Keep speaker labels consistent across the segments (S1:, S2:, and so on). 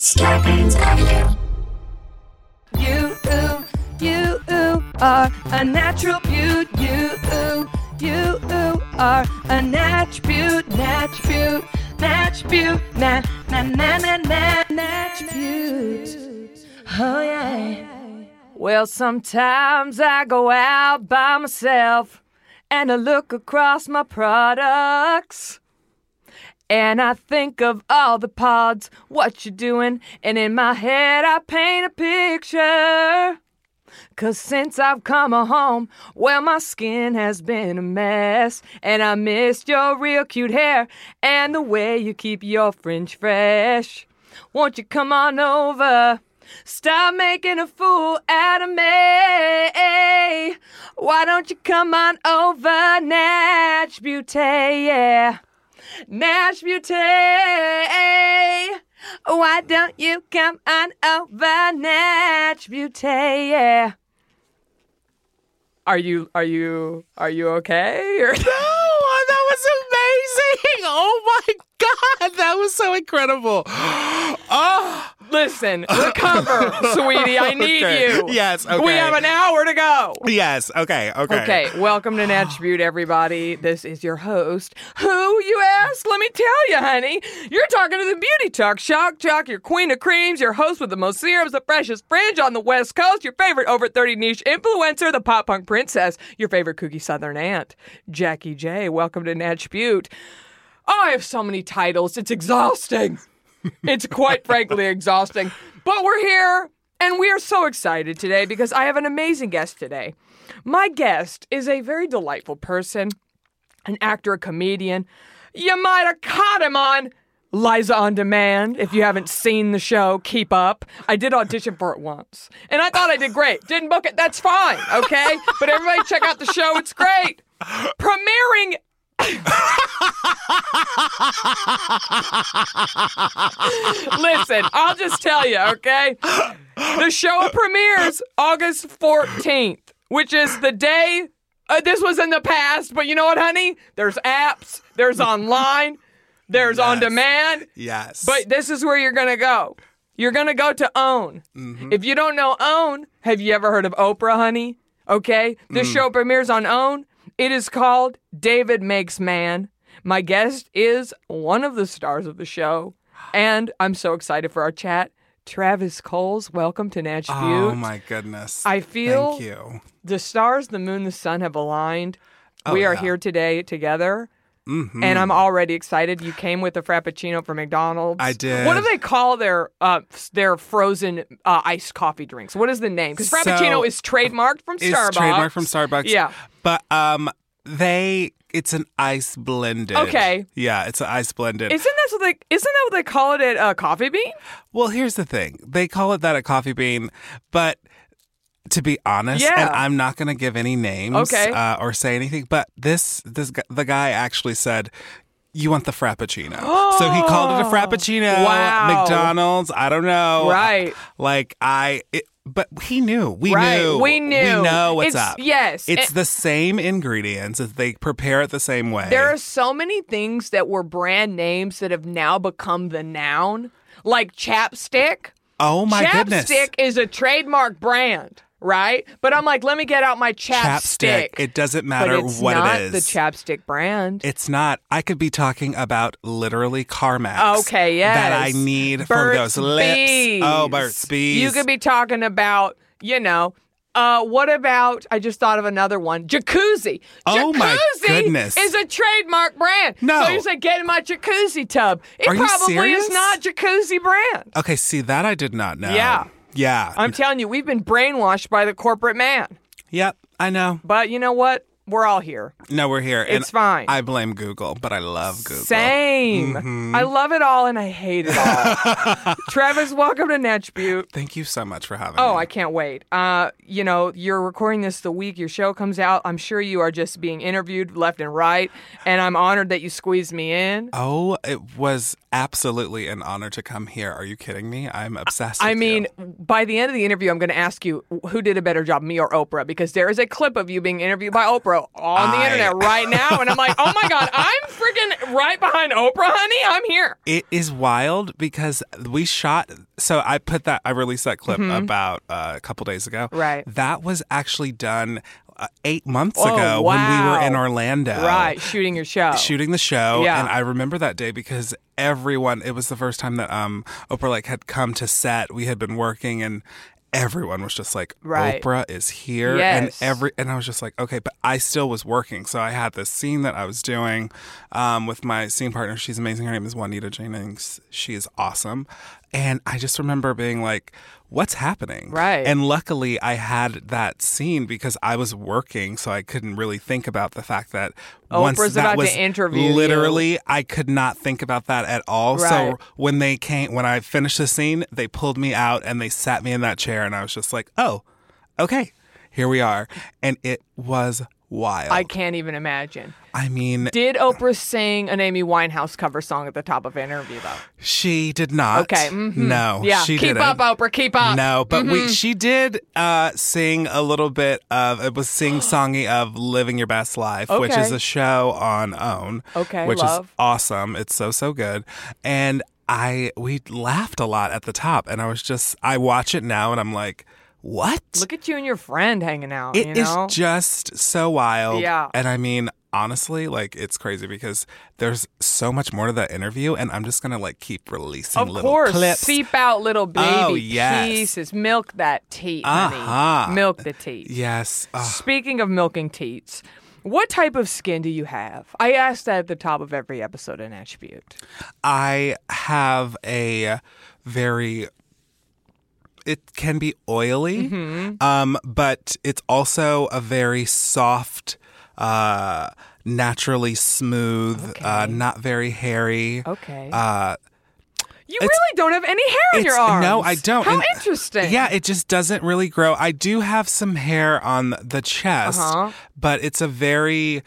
S1: Scarpins Avenue.
S2: You, ooh, you, ooh, are a natural beaut. You, ooh, you, ooh, are a natch beaut, natch beaut, natch beaut, na, na, na, na, na, natch beaut. Oh, yeah. Well, sometimes I go out by myself and I look across my products. And I think of all the pods, what you're doing, and in my head I paint a picture. Cause since I've come home, well, my skin has been a mess. And I missed your real cute hair and the way you keep your fringe fresh. Won't you come on over? Stop making a fool out of me. Why don't you come on over, Natch Beauty? Yeah. Nash Beauty. Why don't you come on over, Natch Beauty? Yeah. Are you are you are you okay? Or-
S3: Oh, that was amazing. Oh my God. That was so incredible. Oh,
S2: Listen, recover, sweetie. I need
S3: Okay.
S2: you.
S3: Yes,
S2: We
S3: okay.
S2: have an hour to go.
S3: yes. Okay. Okay.
S2: Okay, welcome to Natchbute, everybody. This is your host. Who, you ask? Let me tell you, honey. You're talking to the beauty talk shock jock, your queen of creams, your host with the most serums, the freshest fringe on the West Coast, your favorite over 30 niche influencer, the pop punk princess, your favorite kooky southern aunt, Jackie J. Welcome to Natchbute. Oh, I have so many titles. It's exhausting. It's quite frankly exhausting. But we're here and we are so excited today because I have an amazing guest today. My guest is a very delightful person, an actor, a comedian. You might have caught him on Liza on Demand. If you haven't seen the show, keep up. I did audition for it once and I thought I did great. Didn't book it, that's fine, okay? But everybody check out the show, it's great. Premiering Listen, I'll just tell you, okay? The show premieres August 14th, which is the day. Uh, this was in the past, but you know what, honey? There's apps, there's online, there's on demand.
S3: Yes.
S2: But this is where you're going to go. You're going to go to OWN.
S3: Mm-hmm.
S2: If you don't know OWN, have you ever heard of Oprah, honey? Okay.
S3: Mm.
S2: This show premieres on OWN. It is called David Makes Man. My guest is one of the stars of the show. And I'm so excited for our chat. Travis Coles, welcome to Natch
S3: Oh
S2: Butte.
S3: my goodness.
S2: I feel-
S3: Thank you.
S2: The stars, the moon, the sun have aligned. we are
S3: Oh, yeah. Mm-hmm.
S2: here today together. And I'm already excited. You came with a frappuccino from McDonald's.
S3: I did.
S2: What do they call their uh, s- their frozen uh, iced coffee drinks? What is the name? Because frappuccino
S3: So-
S2: is trademarked from
S3: It's
S2: Starbucks.
S3: trademark from Starbucks.
S2: Yeah.
S3: But um, they. It's an ice blended.
S2: Okay.
S3: Yeah, it's an ice blended.
S2: Isn't that what they isn't that what they call it at uh, Coffee Bean?
S3: Well, here's the thing. They call it that at Coffee Bean, but to be honest,
S2: Yeah.
S3: and I'm not going to give any names
S2: Okay.
S3: uh, or say anything, but this this gu- the guy actually said you want the frappuccino. So he called it a frappuccino.
S2: Wow.
S3: McDonald's, Oh, I don't know.
S2: Right.
S3: Like I it, but he knew. We
S2: Right.
S3: knew.
S2: We knew.
S3: We know what's
S2: It's-
S3: up.
S2: yes.
S3: It's
S2: And-
S3: the same ingredients. They prepare it the same way.
S2: There are so many things that were brand names that have now become the noun, like chapstick.
S3: oh my
S2: chapstick
S3: goodness.
S2: is a trademark brand, right? But I'm like, let me get out my chapstick.
S3: Chapstick. It doesn't
S2: but
S3: matter
S2: it's
S3: what
S2: not
S3: it is.
S2: the chapstick brand.
S3: It's not. I could be talking about literally CarMax.
S2: okay, yes.
S3: That I need for
S2: Burt's
S3: those lips.
S2: Bees.
S3: Oh, Burt's Bees.
S2: You could be talking about, you know, uh, what about? I just thought of another one. Jacuzzi.
S3: Oh, my
S2: Jacuzzi
S3: goodness.
S2: Is a trademark brand.
S3: No.
S2: So you say get in my jacuzzi tub. It
S3: Are you
S2: probably is
S3: serious?
S2: not jacuzzi brand.
S3: Okay, see that I did not know.
S2: Yeah.
S3: Yeah.
S2: I'm telling you, we've been brainwashed by the corporate man.
S3: yep. I know.
S2: But you know what? We're all here.
S3: No, we're here.
S2: It's fine.
S3: I Mm-hmm. blame Google, but I love Google.
S2: Same. I love it all and I hate it all. Travis, welcome to Natch Butte.
S3: Thank you so much for having me.
S2: Oh, I can't wait. Uh, you know, you're recording this the week your show comes out. I'm sure you are just being interviewed left and right, and I'm honored that you squeezed me in.
S3: Oh, it was absolutely an honor to come here. Are you kidding me? I'm obsessed.
S2: I
S3: with you.
S2: mean, by the end of the interview, I'm going to ask you who did a better job, me or Oprah, because there is a clip of you being interviewed by Oprah on the
S3: I-
S2: internet right now, and I'm like, oh my god, I'm freaking right behind Oprah, honey. I'm here.
S3: It is wild because we shot. So I put that, I released that clip about uh, a couple days ago.
S2: Mm-hmm. Right.
S3: That was actually done uh, eight months
S2: Oh,
S3: ago when we were in
S2: wow.
S3: Orlando.
S2: Right, shooting your show.
S3: Shooting the show.
S2: Yeah.
S3: And I remember that day because everyone, it was the first time that um, Oprah like had come to set. We had been working and everyone was just like,
S2: Right.
S3: Oprah is here.
S2: Yes.
S3: And every, and I was just like, okay, but I still was working. So I had this scene that I was doing um, with my scene partner. She's amazing. Her name is Juanita Jennings. She is awesome. And I just remember being like, what's happening?
S2: Right.
S3: And luckily, I had that scene because I was working, so I couldn't really think about the fact that once
S2: Oprah's
S3: that
S2: about to
S3: was
S2: interview you.
S3: literally, I could not think about that at all.
S2: Right.
S3: So when they came, when I finished the scene, they pulled me out and they sat me in that chair, and I was just like, "Oh, okay, here we are," and it was wild.
S2: I can't even imagine.
S3: I mean,
S2: Did Oprah sing an Amy Winehouse cover song at the top of an interview though?
S3: she did not.
S2: Okay, mhm.
S3: no,
S2: yeah,
S3: Oh, she
S2: keep
S3: didn't.
S2: up, Oprah, keep up.
S3: No, but
S2: Mm-hmm.
S3: we she did uh, sing a little bit of it was sing songy of Living Your Best Life, which is
S2: Okay.
S3: a show on OWN.
S2: Okay,
S3: which
S2: love.
S3: is awesome. It's so so good, and I we laughed a lot at the top, and I was just I watch it now, and I'm like, what?
S2: Mm, Look at you and your friend hanging out.
S3: It
S2: you
S3: is
S2: know?
S3: just so wild.
S2: Yeah.
S3: And I mean, honestly, like it's crazy because there's so much more to that interview, and I'm just gonna like keep releasing
S2: of
S3: little
S2: course,
S3: clips.
S2: seep out little baby
S3: Oh, yes.
S2: pieces. Milk that teat, honey.
S3: Uh-huh.
S2: Milk the teat.
S3: yes. Ugh.
S2: Speaking of milking teats, what type of skin do you have? I ask that at the top of every episode in Attribute.
S3: I have a very it can be oily, um, but it's also a very soft, uh, naturally smooth, uh, not very hairy.
S2: Okay.
S3: Uh,
S2: you really don't have any hair on your
S3: it's-
S2: arms.
S3: No, I don't.
S2: How
S3: And- uh,
S2: interesting.
S3: Yeah, it just doesn't really grow. I do have some hair on the chest,
S2: Uh-huh.
S3: but it's a very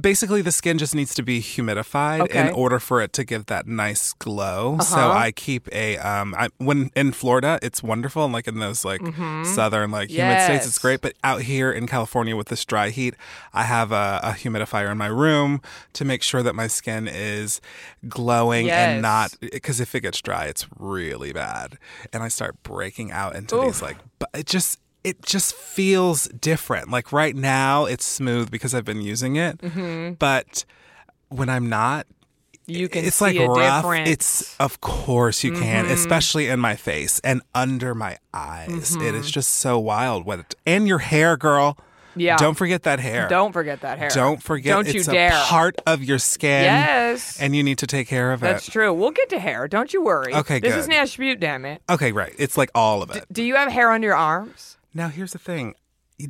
S3: basically the skin just needs to be humidified
S2: Okay. Uh-huh.
S3: in order for it to give that nice glow. So I keep a um I, when in Florida, it's wonderful and like in those like southern like humid states
S2: Mm-hmm. Yes.
S3: it's great, but out here in California with this dry heat, I have a, a humidifier in my room to make sure that my skin is glowing
S2: Yes.
S3: and not because if it gets dry, it's really bad, and I start breaking out into these like, but it just it just feels different. Like right now, it's smooth because I've been using it, but when I'm not.
S2: Mm-hmm. You can
S3: it's
S2: see
S3: like
S2: a
S3: rough.
S2: difference. Mm-hmm.
S3: It's of course you can, especially in my face and under my eyes.
S2: Mm-hmm.
S3: It is just so wild. What it- and your hair, girl.
S2: Yeah.
S3: Don't forget that hair.
S2: Don't forget that hair.
S3: Don't forget.
S2: Don't
S3: it's
S2: you dare.
S3: a part of your skin.
S2: Yes.
S3: And you need to take care of it.
S2: That's true. We'll get to hair. Don't you worry.
S3: Okay,
S2: This is
S3: good.
S2: an attribute, damn it.
S3: Okay, right. It's like all of it.
S2: Do you have hair on your arms?
S3: now, here's the thing.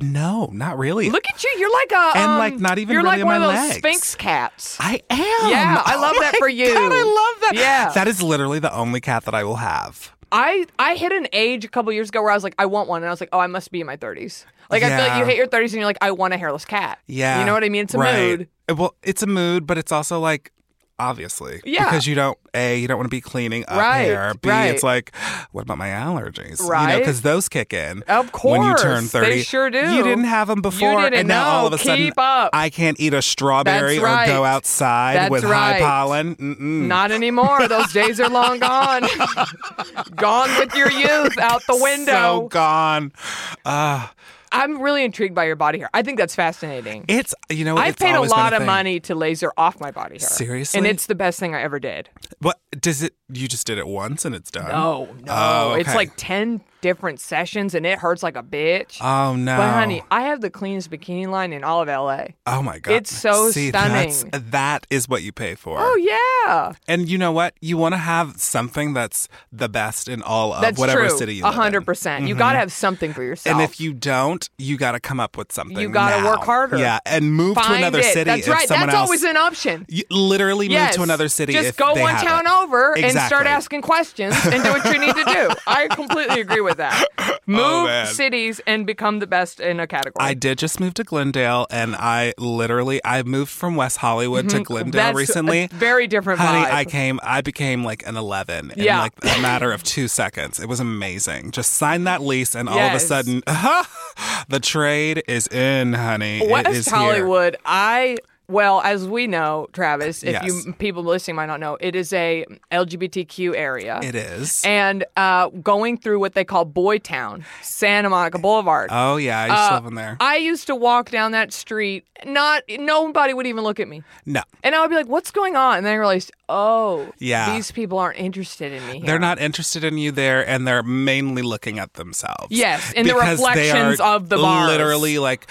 S3: No, not really.
S2: Look at you. You're like a
S3: And,
S2: um,
S3: like, not even
S2: You're
S3: really
S2: like one
S3: on my
S2: of those
S3: legs.
S2: Sphinx cats.
S3: I am.
S2: Yeah, I
S3: Oh
S2: love that
S3: my
S2: for you.
S3: God, I love that.
S2: Yeah.
S3: That is literally the only cat that I will have.
S2: I I hit an age a couple years ago where I was like, I want one, and I was like, oh, I must be in my thirties. Like I feel like
S3: Yeah.
S2: you hit your thirties and you're like, I want a hairless cat.
S3: Yeah.
S2: you know what I mean. It's a
S3: right. Uh,
S2: mood.
S3: Well, it's a mood, but it's also like obviously
S2: Yeah.
S3: because you don't a you don't want to be cleaning up
S2: Right,
S3: hair. B
S2: right.
S3: it's like what about my allergies? You know,
S2: Right.
S3: because those kick in
S2: Of
S3: when you
S2: course.
S3: turn
S2: They
S3: thirty.
S2: sure do.
S3: You didn't have them before,
S2: didn't.
S3: and now
S2: No,
S3: all of a sudden
S2: keep up.
S3: I can't eat a strawberry
S2: That's right.
S3: or go outside
S2: That's
S3: with
S2: right.
S3: high pollen. Mm-mm.
S2: Not anymore. Those days are long gone. gone with your youth out the
S3: So
S2: window.
S3: gone.
S2: I'm really intrigued by your body hair. I think that's fascinating.
S3: It's you know
S2: I've
S3: it's
S2: paid a
S3: always been
S2: lot of
S3: thing.
S2: money to laser off my body hair.
S3: Seriously?
S2: And it's the best thing I ever did.
S3: What does it? You just did it once and it's done.
S2: No, no.
S3: Oh,
S2: It's
S3: okay.
S2: like 10 different sessions and it hurts like a bitch.
S3: Oh no!
S2: But honey, I have the cleanest bikini line in all of LA.
S3: Oh my god.
S2: It's so
S3: See, That's,
S2: stunning.
S3: that is what you pay for.
S2: Oh yeah,
S3: And you know what? You want to have something that's the best in all of
S2: that's
S3: whatever
S2: true.
S3: city
S2: A
S3: you live in. Mm-hmm.
S2: hundred percent. You gotta have something for yourself.
S3: And if you don't, can't. You got to come up with something.
S2: You gotta
S3: now.
S2: work harder.
S3: Yeah, and move to
S2: Find
S3: another
S2: it.
S3: city.
S2: That's
S3: if
S2: right.
S3: Someone
S2: That's
S3: else,
S2: always an option.
S3: You literally
S2: yes.
S3: move to another city.
S2: Just
S3: if
S2: go
S3: they
S2: one
S3: have
S2: town
S3: it.
S2: over and start
S3: Exactly.
S2: asking questions and do what you need to do. I completely agree with that. Move
S3: Oh, man.
S2: cities and become the best in a category.
S3: I did just move to Glendale, and I literally I moved from West Hollywood to Glendale
S2: Mm-hmm. That's a
S3: recently.
S2: very different
S3: Honey,
S2: vibe.
S3: I came. I became like an eleven in
S2: Yeah.
S3: like a matter of two seconds. It was amazing. Just sign that lease, and all of a
S2: Yes.
S3: sudden, the trade is in, honey. It is
S2: West
S3: here.
S2: Hollywood, I well, as we know, Travis, if
S3: Yes.
S2: you people listening might not know, it is a LGBTQ area.
S3: It is.
S2: And uh, going through what they call Boy Town, Santa Monica Boulevard.
S3: oh yeah, I used to live in there.
S2: uh, I used to walk down that street, not nobody would even look at me.
S3: no,
S2: And I would be like, "What's going on?" And then I realized, "Oh,
S3: Yeah.
S2: these people aren't interested in me." Here.
S3: they're not interested in you there, and they're mainly looking at themselves.
S2: Yes, in the
S3: Because they
S2: reflections
S3: are
S2: of the bars.
S3: Literally, like,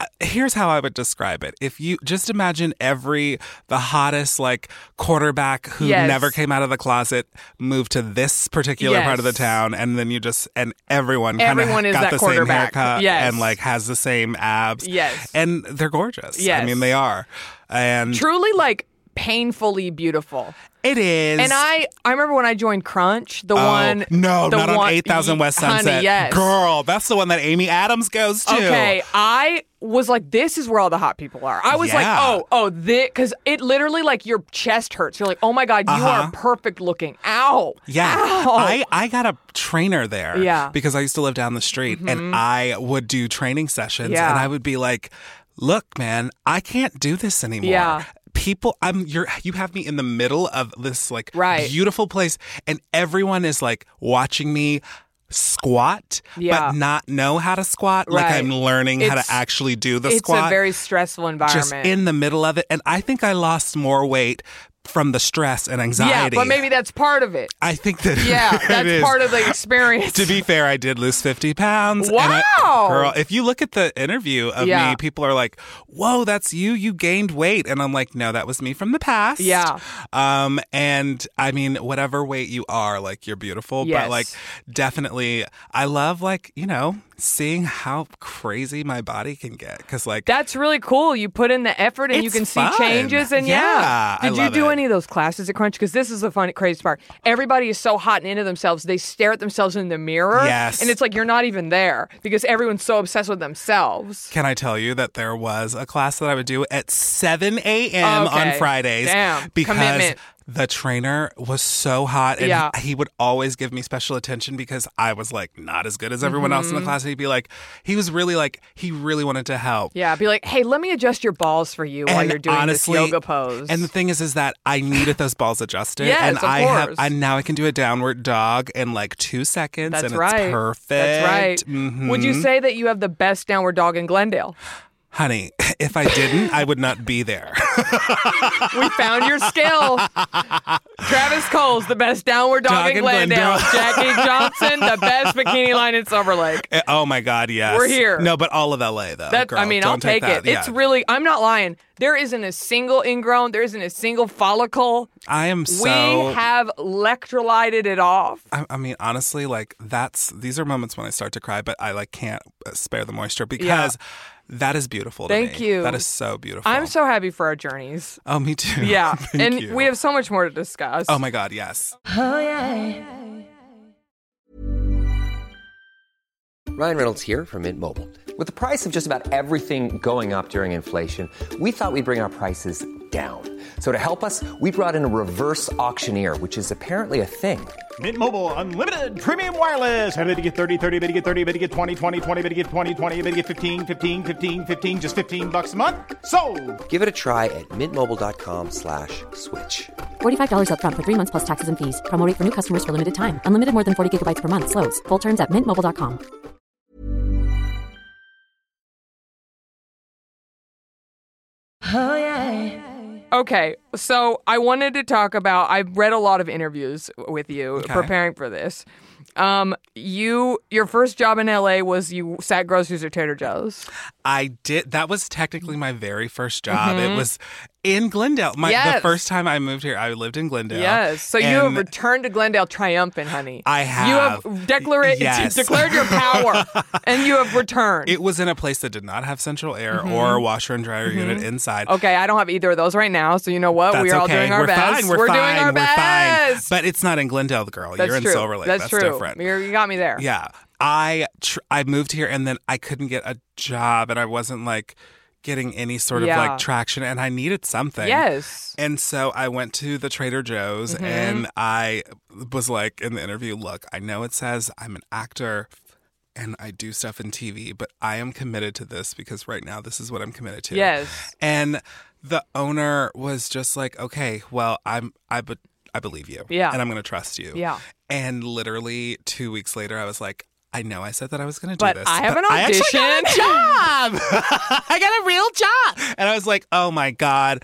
S3: uh, here's how I would describe it: if you just imagine every the hottest like quarterback who
S2: Yes.
S3: never came out of the closet moved to this particular part of the
S2: Yes.
S3: town, and then you just and everyone kinda
S2: Everyone is
S3: got
S2: that
S3: the same
S2: quarterback.
S3: haircut
S2: Yes.
S3: and like has the same abs.
S2: Yes.
S3: and they're gorgeous.
S2: Yes.
S3: I mean they are, and
S2: Truly, like painfully beautiful.
S3: it is.
S2: And I, I remember when I joined Crunch, the
S3: Oh,
S2: one,
S3: No,
S2: the
S3: not
S2: one-
S3: on 8000 West
S2: Honey,
S3: Sunset.
S2: yes.
S3: Girl, that's the one that Amy Adams goes to.
S2: Okay, I was like, this is where all the hot people are. I was like,
S3: Yeah.
S2: oh, oh, this, because it literally like your chest hurts. You're like, oh my god, you are perfect looking. Ow.
S3: Uh-huh. Yeah.
S2: Ow.
S3: I, I got a trainer there
S2: Yeah. Mm-hmm.
S3: because I used to live down the street and I would do training sessions
S2: Yeah.
S3: and I would be like, look, man, I can't do this anymore.
S2: Yeah.
S3: People, I'm you're you have me in the middle of this like
S2: Right.
S3: beautiful place, and everyone is like watching me squat,
S2: Yeah.
S3: but not know how to squat. Like
S2: Right.
S3: I'm learning how
S2: It's-
S3: to actually do the
S2: it's
S3: squat.
S2: a very stressful environment.
S3: just in the middle of it. And I think I lost more weight from the stress and
S2: yeah,
S3: anxiety.
S2: but maybe that's part of it.
S3: I think that
S2: Yeah,
S3: it
S2: that's
S3: is.
S2: part of the experience.
S3: To be fair, I did lose fifty pounds. and I-
S2: Wow.
S3: girl! If you look at the interview of
S2: Yeah.
S3: me, people are like, "Whoa, that's you! You gained weight," and I'm like, "No, that was me from the past."
S2: Yeah.
S3: Um, and I mean, whatever weight you are, like you're beautiful,
S2: Yes.
S3: but like definitely, I love like you know seeing how crazy my body can get because like
S2: That's really cool. You put in the effort and you
S3: It's
S2: can see
S3: fun.
S2: changes and yeah.
S3: Yeah, I
S2: Did you
S3: love
S2: do
S3: it.
S2: any of those classes at Crunch? Because this is the fun crazy part. Everybody is so hot and into themselves, they stare at themselves in the mirror.
S3: Yes.
S2: And it's like you're not even there because everyone's so obsessed with themselves.
S3: Can I tell you that there was a class that I would do at 7 a.m.
S2: Okay.
S3: on Fridays
S2: Damn.
S3: because
S2: Commitment.
S3: the trainer was so hot and
S2: Yeah.
S3: he, he would always give me special attention because I was like not as good as everyone else in
S2: Mm-hmm.
S3: the class. And he'd be like, he was really like, he really wanted to help.
S2: Yeah. Be like, hey, let me adjust your balls for you while
S3: And
S2: you're doing
S3: honestly,
S2: this yoga pose.
S3: And the thing is, is that I needed those balls adjusted,
S2: Yes,
S3: and
S2: of
S3: I
S2: course.
S3: have, and now I can do a downward dog in like two seconds,
S2: That's
S3: and
S2: right.
S3: it's perfect.
S2: That's right.
S3: Mhm.
S2: Would you say that you have the best downward dog in Glendale?
S3: honey? If I didn't, I would not be there.
S2: We found your skill. Travis Cole's the best downward dog,
S3: Dog
S2: in
S3: in
S2: Glendale.
S3: Glendale.
S2: Jackie Johnson, the best bikini line in Silver Lake.
S3: Eh, Oh my God, yes.
S2: We're here.
S3: No, but all of LA though.
S2: That
S3: girl.
S2: I mean, I'll
S3: Don't take,
S2: take, it.
S3: that.
S2: It's
S3: Yeah.
S2: really I'm not lying. There isn't a single ingrown, there isn't a single follicle.
S3: I am so.
S2: we have electrolyted it off.
S3: I, I mean, honestly, like that's these are moments when I start to cry, but I like can't uh, spare the moisture because that is beautiful. To
S2: Thank
S3: me.
S2: you.
S3: That is so beautiful.
S2: I'm so happy for our journeys.
S3: Oh, me too.
S2: Yeah.
S3: Thank
S2: and
S3: you.
S2: we have so much more to discuss.
S3: Oh my God, yes.
S4: Ryan Reynolds here from Mint Mobile. With the price of just about everything going up during inflation, we thought we'd bring our prices down. So to help us, we brought in a reverse auctioneer, which is apparently a thing.
S5: Mint Mobile unlimited premium wireless. Ready to get 30, 30, bit to get 30, bit to get 20, 20, 20, bit to get 20, 20, bit to get 15, 15, 15, 15 just 15 bucks a month. So,
S4: Give it a try at mintmobile.com slash switch.
S6: $45 upfront for three months plus taxes and fees. Promo rate for new customers for limited time. Unlimited more than 40 gigabytes per month. Slows. Full terms at mintmobile.com.
S2: Okay, so I wanted to talk about. I've read a lot of interviews with you preparing for this. Um, you your first job in LA was you sat groceries or Trader Joe's.
S3: I did. That was technically my very first job. It was in Glendale. My
S2: Mm-hmm. Yes.
S3: the first time I moved here, I lived in Glendale.
S2: Yes. So you have
S3: And
S2: returned to Glendale triumphant, honey.
S3: I
S2: You have
S3: have.
S2: declara-
S3: Yes.
S2: declared your power and you have returned.
S3: It was in a place that did not have central air
S2: Mm-hmm.
S3: or a washer and dryer unit inside.
S2: okay, I don't have either of those right now. So you know what? Oh,
S3: That's
S2: We're all
S3: okay.
S2: doing our
S3: We're
S2: best.
S3: Fine. We're,
S2: doing
S3: fine.
S2: our
S3: We're
S2: best.
S3: fine. But it's not in Glendale, girl.
S2: That's
S3: You're in
S2: true.
S3: Silver Lake.
S2: That's,
S3: That's,
S2: true.
S3: different.
S2: You're, you got me there.
S3: Yeah. I tr- I moved here and then I couldn't get a job and I wasn't like getting any sort of
S2: Yeah.
S3: like traction and I needed something.
S2: Yes. Mm-hmm.
S3: And so I went to the Trader Joe's and I was like in the interview, look, I know it says I'm an actor and I do stuff in TV, but I am committed to this because right now this is what I'm committed to.
S2: Yes.
S3: And the owner was just like, "Okay, well, I'm I but I believe you.
S2: Yeah.
S3: And I'm going to trust you."
S2: Yeah.
S3: And literally 2 weeks later I was like, "I know I said that I was going to do
S2: But
S3: this,
S2: I have an
S3: I actually
S2: audition."
S3: got a job. I got a real job." And I was like, "Oh my god,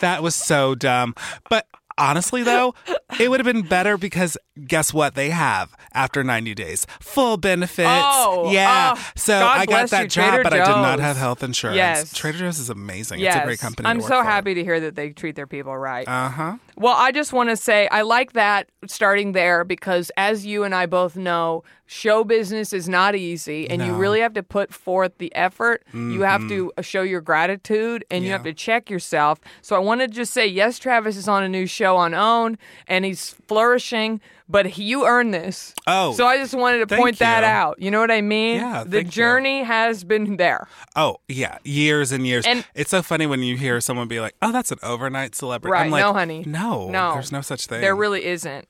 S3: that was so dumb." But Honestly, though, it would have been better because guess what they have after 90 days? Full benefits.
S2: Oh,
S3: yeah.
S2: oh,
S3: so
S2: God
S3: I
S2: bless
S3: got that
S2: you,
S3: job,
S2: Trader
S3: but I did not
S2: Joe's.
S3: have health insurance.
S2: Yes.
S3: Trader Joe's is amazing.
S2: Yes.
S3: It's a great company.
S2: I'm so happy to hear that they treat their people right.
S3: Uh huh.
S2: Well, I just want to say I like that starting there because, as you and I both know, show business is not easy, and you really have to put forth the effort. You have to
S3: Mm-hmm.
S2: show your gratitude, and you have to check yourself. So I want to just say, yes, Travis is on a new show on OWN, and he's flourishing. But he, you earned this.
S3: Oh,
S2: so I just wanted to
S3: thank
S2: point that
S3: you.
S2: out. You know what I mean?
S3: Yeah,
S2: the
S3: thank you.
S2: journey has been there.
S3: Oh yeah, years and years.
S2: And-
S3: it's so funny when you hear someone be like, "Oh, that's an overnight celebrity."
S2: Right.
S3: I'm like,
S2: no, honey.
S3: No,
S2: No.
S3: There's no such thing.
S2: There really isn't.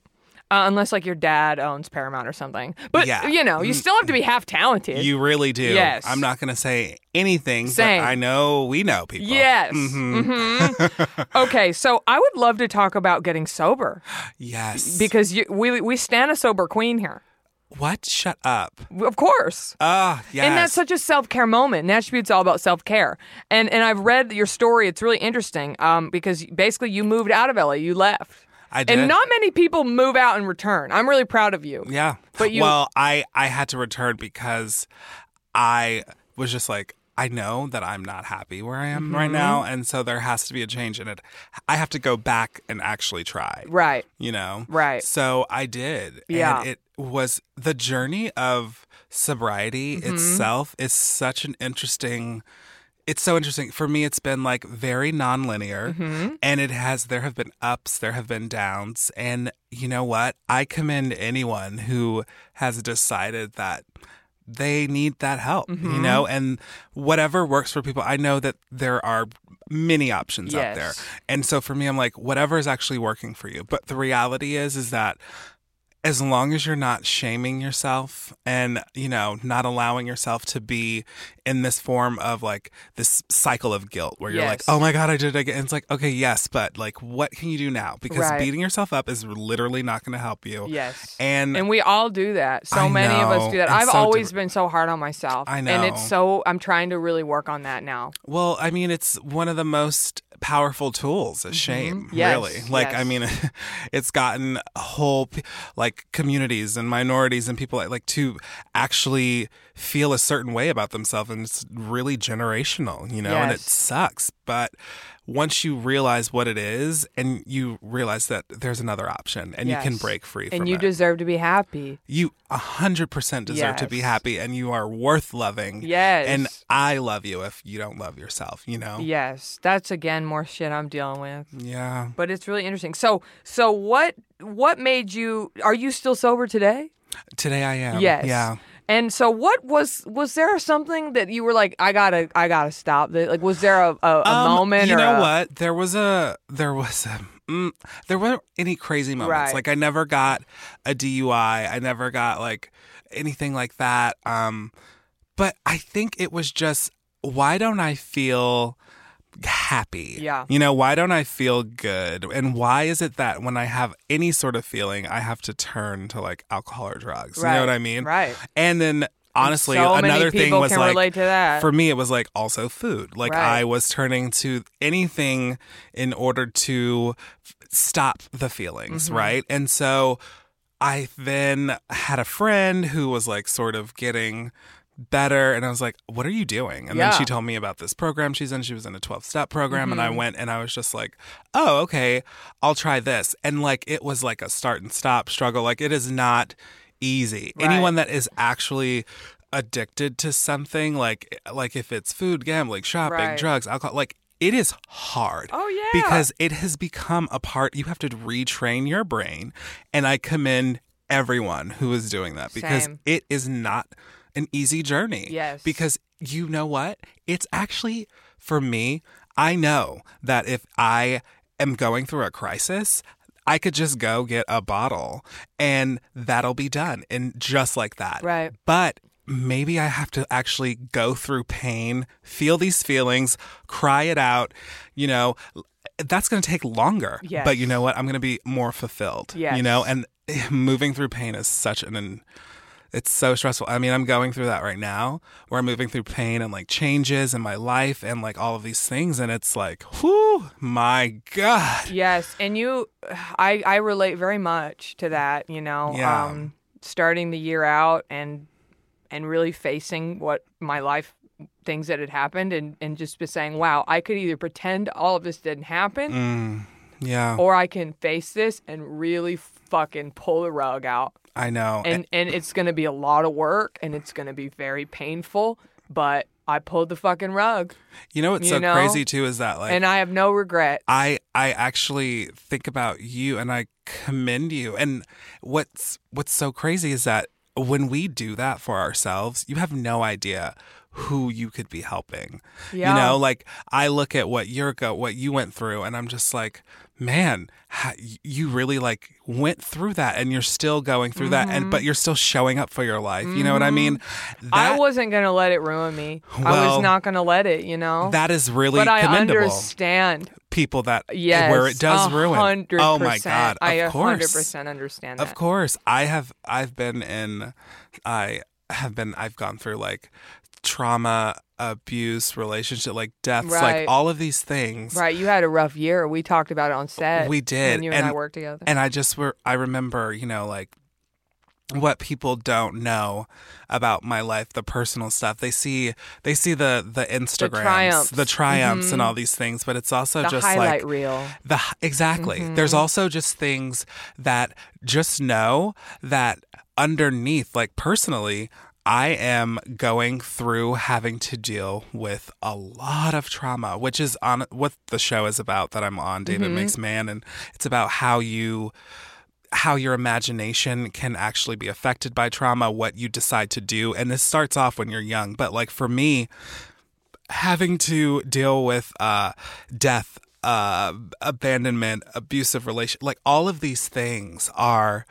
S2: Uh, unless like your dad owns Paramount or something. But
S3: Yeah. Mm-hmm.
S2: you know, you still have to be half talented.
S3: You really do.
S2: Yes.
S3: I'm not going to say anything.
S2: Same.
S3: But I know we know people.
S2: Yes.
S3: Mm-hmm.
S2: Mhm. okay, so I would love to talk about getting sober
S3: Yes.
S2: because you, we we stand a sober queen here,
S3: what? Shut up.
S2: of course.
S3: Ah, yes.
S2: And that's such a self care moment. Nashville's all about self care. And and I've read your story. It's really interesting um, because basically you moved out of LA. You left.
S3: I did.
S2: And not many people move out and return. I'm really proud of you.
S3: Yeah.
S2: But you-
S3: well, I I had to return because I was just like I know that I'm not happy where I am
S2: Mm-hmm.
S3: right now, and so there has to be a change in it. I have to go back and actually try.
S2: Right.
S3: You know.
S2: Right.
S3: So I did.
S2: Yeah.
S3: And it was the journey of sobriety
S2: Mm-hmm.
S3: itself is such an interesting it's so interesting for me it's been like very nonlinear
S2: Mm-hmm.
S3: and it has there have been ups there have been downs and you know what i commend anyone who has decided that they need that help you
S2: Mm-hmm.
S3: know and whatever works for people i know that there are many options out there
S2: Yes.
S3: and so for me i'm like whatever is actually working for you but the reality is is that as long as you're not shaming yourself and you know not allowing yourself to be in this form of like this cycle of guilt where you're like
S2: Yes.
S3: oh my god i did it again it's like okay yes but like what can you do now because
S2: Right.
S3: beating yourself up is literally not going to help you
S2: Yes.
S3: and,
S2: and we all do that. So
S3: I
S2: many of us
S3: know.
S2: do that.
S3: It's
S2: I've
S3: so
S2: always
S3: different.
S2: been so hard on myself.
S3: I
S2: And
S3: know.
S2: it's so I'm trying to really work on that now.
S3: Well, I mean, it's one of the most powerful tools, is shame,
S2: Mm-hmm. Yes,
S3: really. Like, I
S2: yes.
S3: mean, it's gotten whole, p- like, communities and minorities and people, like, to actually feel a certain way about themselves. And it's really generational, you know, and it
S2: Yes.
S3: sucks. But once you realize what it is and you realize that there's another option and you can
S2: Yes.
S3: break free from
S2: And you
S3: it.
S2: deserve to be happy.
S3: You 100% deserve to be
S2: Yes.
S3: happy and you are worth loving.
S2: Yes.
S3: And I love you if you don't love yourself, you know?
S2: Yes. That's again more shit I'm dealing with.
S3: Yeah.
S2: But it's really interesting. So so what what made you are you still sober today?
S3: Today I am.
S2: yes.
S3: Um, Yeah.
S2: And so what was was there something that you were like, I gotta I gotta stop this? Like was there a, a, a
S3: Um,
S2: moment
S3: You
S2: or
S3: know
S2: a-
S3: what? There was a there was a mm, there weren't any crazy moments.
S2: Right.
S3: Like I never got a DUI. I never got like anything like that. Um but I think it was just why don't I feel happy?
S2: Yeah.
S3: You know, why don't I feel good? And why is it that when I have any sort of feeling, I have to turn to like alcohol or drugs? You
S2: Right.
S3: know what I mean?
S2: Right.
S3: And then honestly,
S2: so many
S3: another thing
S2: people
S3: was
S2: can
S3: like
S2: relate to that.
S3: for me it was like also food. Like
S2: Right.
S3: I was turning to anything in order to f- stop the feelings,
S2: Mm-hmm.
S3: right? And so I then had a friend who was like sort of getting better. And I was like, what are you doing? And
S2: Yeah. Mm-hmm.
S3: then she told me about this program she's in. She was in a 12 step program. And I went and I was just like, oh, okay, I'll try this. And like, it was like a start and stop struggle. Like, it is not easy. Anyone that is actually addicted to something like like if it's food gambling shopping
S2: Right.
S3: drugs alcohol like it is hard
S2: Oh, yeah.
S3: because because it has become a part you have to retrain your brain and i commend everyone who is doing that because
S2: Same.
S3: it is not an easy journey
S2: Yes.
S3: because you know what it's actually for me i know that if i am going through a crisis I could just go get a bottle and that'll be done and just like that.
S2: Right.
S3: But maybe I have to actually go through pain, feel these feelings, cry it out. You know, that's going to take longer.
S2: Yes.
S3: But you know what? I'm going to be more fulfilled.
S2: Yes.
S3: You know, and moving through pain is such an. an it's so stressful. I mean, I'm going through that right now where I'm moving through pain and like changes in my life and like all of these things. And it's like, whoo, my God.
S2: Yes, and you, I, I relate very much to that. You know,
S3: Yeah.
S2: um, starting the year out and and really facing what my life things that had happened and and just be saying, wow, I could either pretend all of this didn't happen
S3: Mm. Yeah.
S2: or I can face this and really fucking pull the rug out.
S3: I know.
S2: And and it's going to be a lot of work and it's going to be very painful, but I pulled the fucking rug
S3: you know what's
S2: you
S3: so
S2: know?
S3: crazy too is that like
S2: and I have no regret.
S3: I I actually think about you and I commend you. And what's what's so crazy is that when we do that for ourselves, you have no idea who you could be helping.
S2: Yeah.
S3: You know, like I look at what your go what you went through and I'm just like, man, ha- you really like went through that and you're still going through that and but you're still showing up for your life. You know what I mean?
S2: Mm-hmm. I wasn't going to let it ruin me. I
S3: Well,
S2: was not going to let it, you know.
S3: that is really
S2: but I
S3: commendable.
S2: understand.
S3: People that eh,
S2: Yes,
S3: where it does
S2: a
S3: ruin.
S2: Hundred
S3: Oh my
S2: percent.
S3: god! Of
S2: I a hundred
S3: course.
S2: percent understand that.
S3: Of course, I have. I've been in. I have been. I've gone through like trauma, abuse, relationship, like deaths,
S2: Right.
S3: like all of these things.
S2: Right, you had a rough year. We talked about it on set.
S3: We did,
S2: When you and, I worked together.
S3: And I just were. I remember, you know, like what people don't know about my life, the personal stuff. They see. They see the the Instagrams,
S2: triumphs. Mm-hmm.
S3: the triumphs and all these things. But it's also
S2: the
S3: just
S2: highlight
S3: like
S2: reel.
S3: the exactly. There's also just things that just know that underneath, like personally, I am going through having to deal with a lot of trauma, which is on what the show is about that I'm on, David Makes Man, and it's about how you how your imagination can actually be affected by trauma, what you decide to do. And this starts off when you're young, but like for me, having to deal with uh, death, uh, abandonment, abusive relation, like all of these things are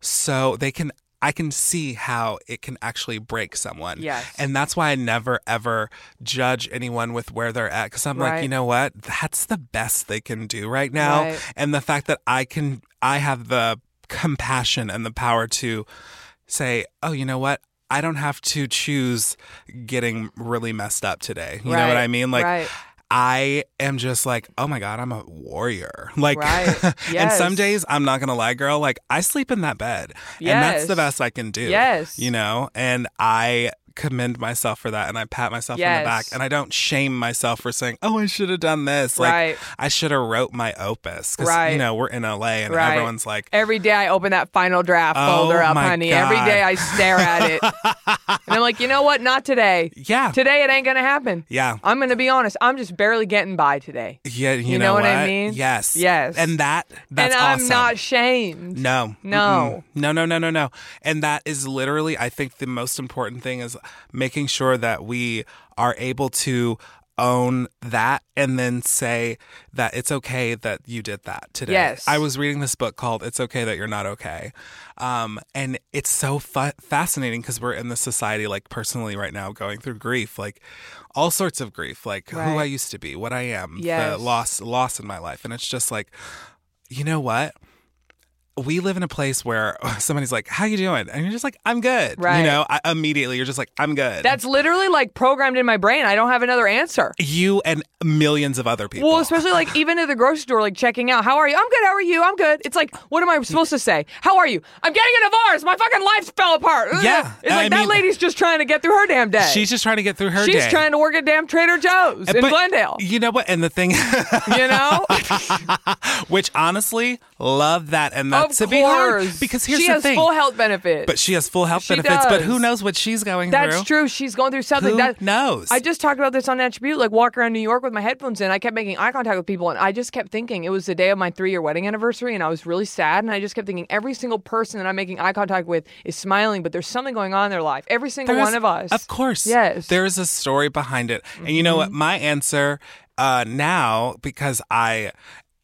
S3: so they can. I can see how it can actually break someone.
S2: Yes.
S3: And that's why I never ever judge anyone with where they're at. Cause I'm
S2: Right.
S3: like, you know what? That's the best they can do right now.
S2: Right.
S3: And the fact that I can, I have the compassion and the power to say, oh, you know what? I don't have to choose getting really messed up today. You know what
S2: Right.
S3: I mean? Like,
S2: Right.
S3: I am just like, oh my God, I'm a warrior. Like,
S2: Right.
S3: and some
S2: Yes.
S3: days I'm not going to lie, girl, like I sleep in that bed. And that's the
S2: Yes.
S3: best I can do.
S2: Yes.
S3: You know, and I commend myself for that and I pat myself on
S2: Yes.
S3: the back and I don't shame myself for saying, oh, I should have done this. Like,
S2: Right.
S3: I should have wrote my opus. Because,
S2: Right.
S3: you know, we're in LA and
S2: Right.
S3: everyone's like,
S2: Every day I open that final draft
S3: Oh
S2: folder up,
S3: my
S2: honey. Every
S3: God.
S2: day I stare at it. and I'm like, you know what? Not today.
S3: Yeah.
S2: Today it ain't gonna happen.
S3: Yeah.
S2: I'm gonna be honest. I'm just barely getting by today.
S3: yeah, you,
S2: You know what I mean?
S3: Yes.
S2: Yes.
S3: And that, that's
S2: and I'm
S3: awesome.
S2: not shamed.
S3: No.
S2: No.
S3: Mm-mm. No, no, no, no, no. And that is literally, I think, the most important thing is making sure that we are able to own that and then say that it's okay that you did that today.
S2: Yes.
S3: I was reading this book called It's Okay That You're Not Okay. Um, and it's so fa- fascinating because we're in this society, like personally right now, going through grief, like all sorts of grief, like who I
S2: Right.
S3: used to be, what I am,
S2: Yes.
S3: the loss, loss in my life. And it's just like, you know what? we live in a place where somebody's like, "How you doing?" and you're just like, "I'm good."
S2: Right.
S3: You know, I, immediately you're just like, "I'm good."
S2: That's literally like programmed in my brain. I don't have another answer.
S3: you and millions of other people.
S2: Well, especially like even at the grocery store, like checking out. How are you? I'm good. How are you? I'm good. It's like, what am I supposed to say? How are you? I'm getting a divorce. My fucking life fell apart.
S3: Yeah.
S2: It's like
S3: I
S2: that
S3: mean-
S2: lady's just trying to get through her damn day.
S3: She's just trying to get through her
S2: She's
S3: day. Uh,
S2: trying to work at damn Trader Joe's in
S3: But
S2: Glendale.
S3: You know what? And the thing,
S2: You know?
S3: which honestly, love that, and
S2: of
S3: that's to
S2: course.
S3: be hard because here's
S2: she
S3: the
S2: has
S3: thing.
S2: full health benefits.
S3: but she has full health
S2: She
S3: benefits. But
S2: does.
S3: who knows what she's going
S2: That's
S3: through?
S2: true. She's going through something.
S3: Who
S2: that,
S3: knows?
S2: I just talked about this on Attribute. Like walk around New York with my headphones in. I kept making eye contact with people, and I just kept thinking it was the day of my three-year wedding anniversary, and I was really sad. And I just kept thinking every single person that I'm making eye contact with is smiling, but there's something going on in their life. Every single
S3: There's-
S2: one of us.
S3: Of course.
S2: Yes. Mm-hmm.
S3: There is a story behind it. And you know what? My answer uh, now, because I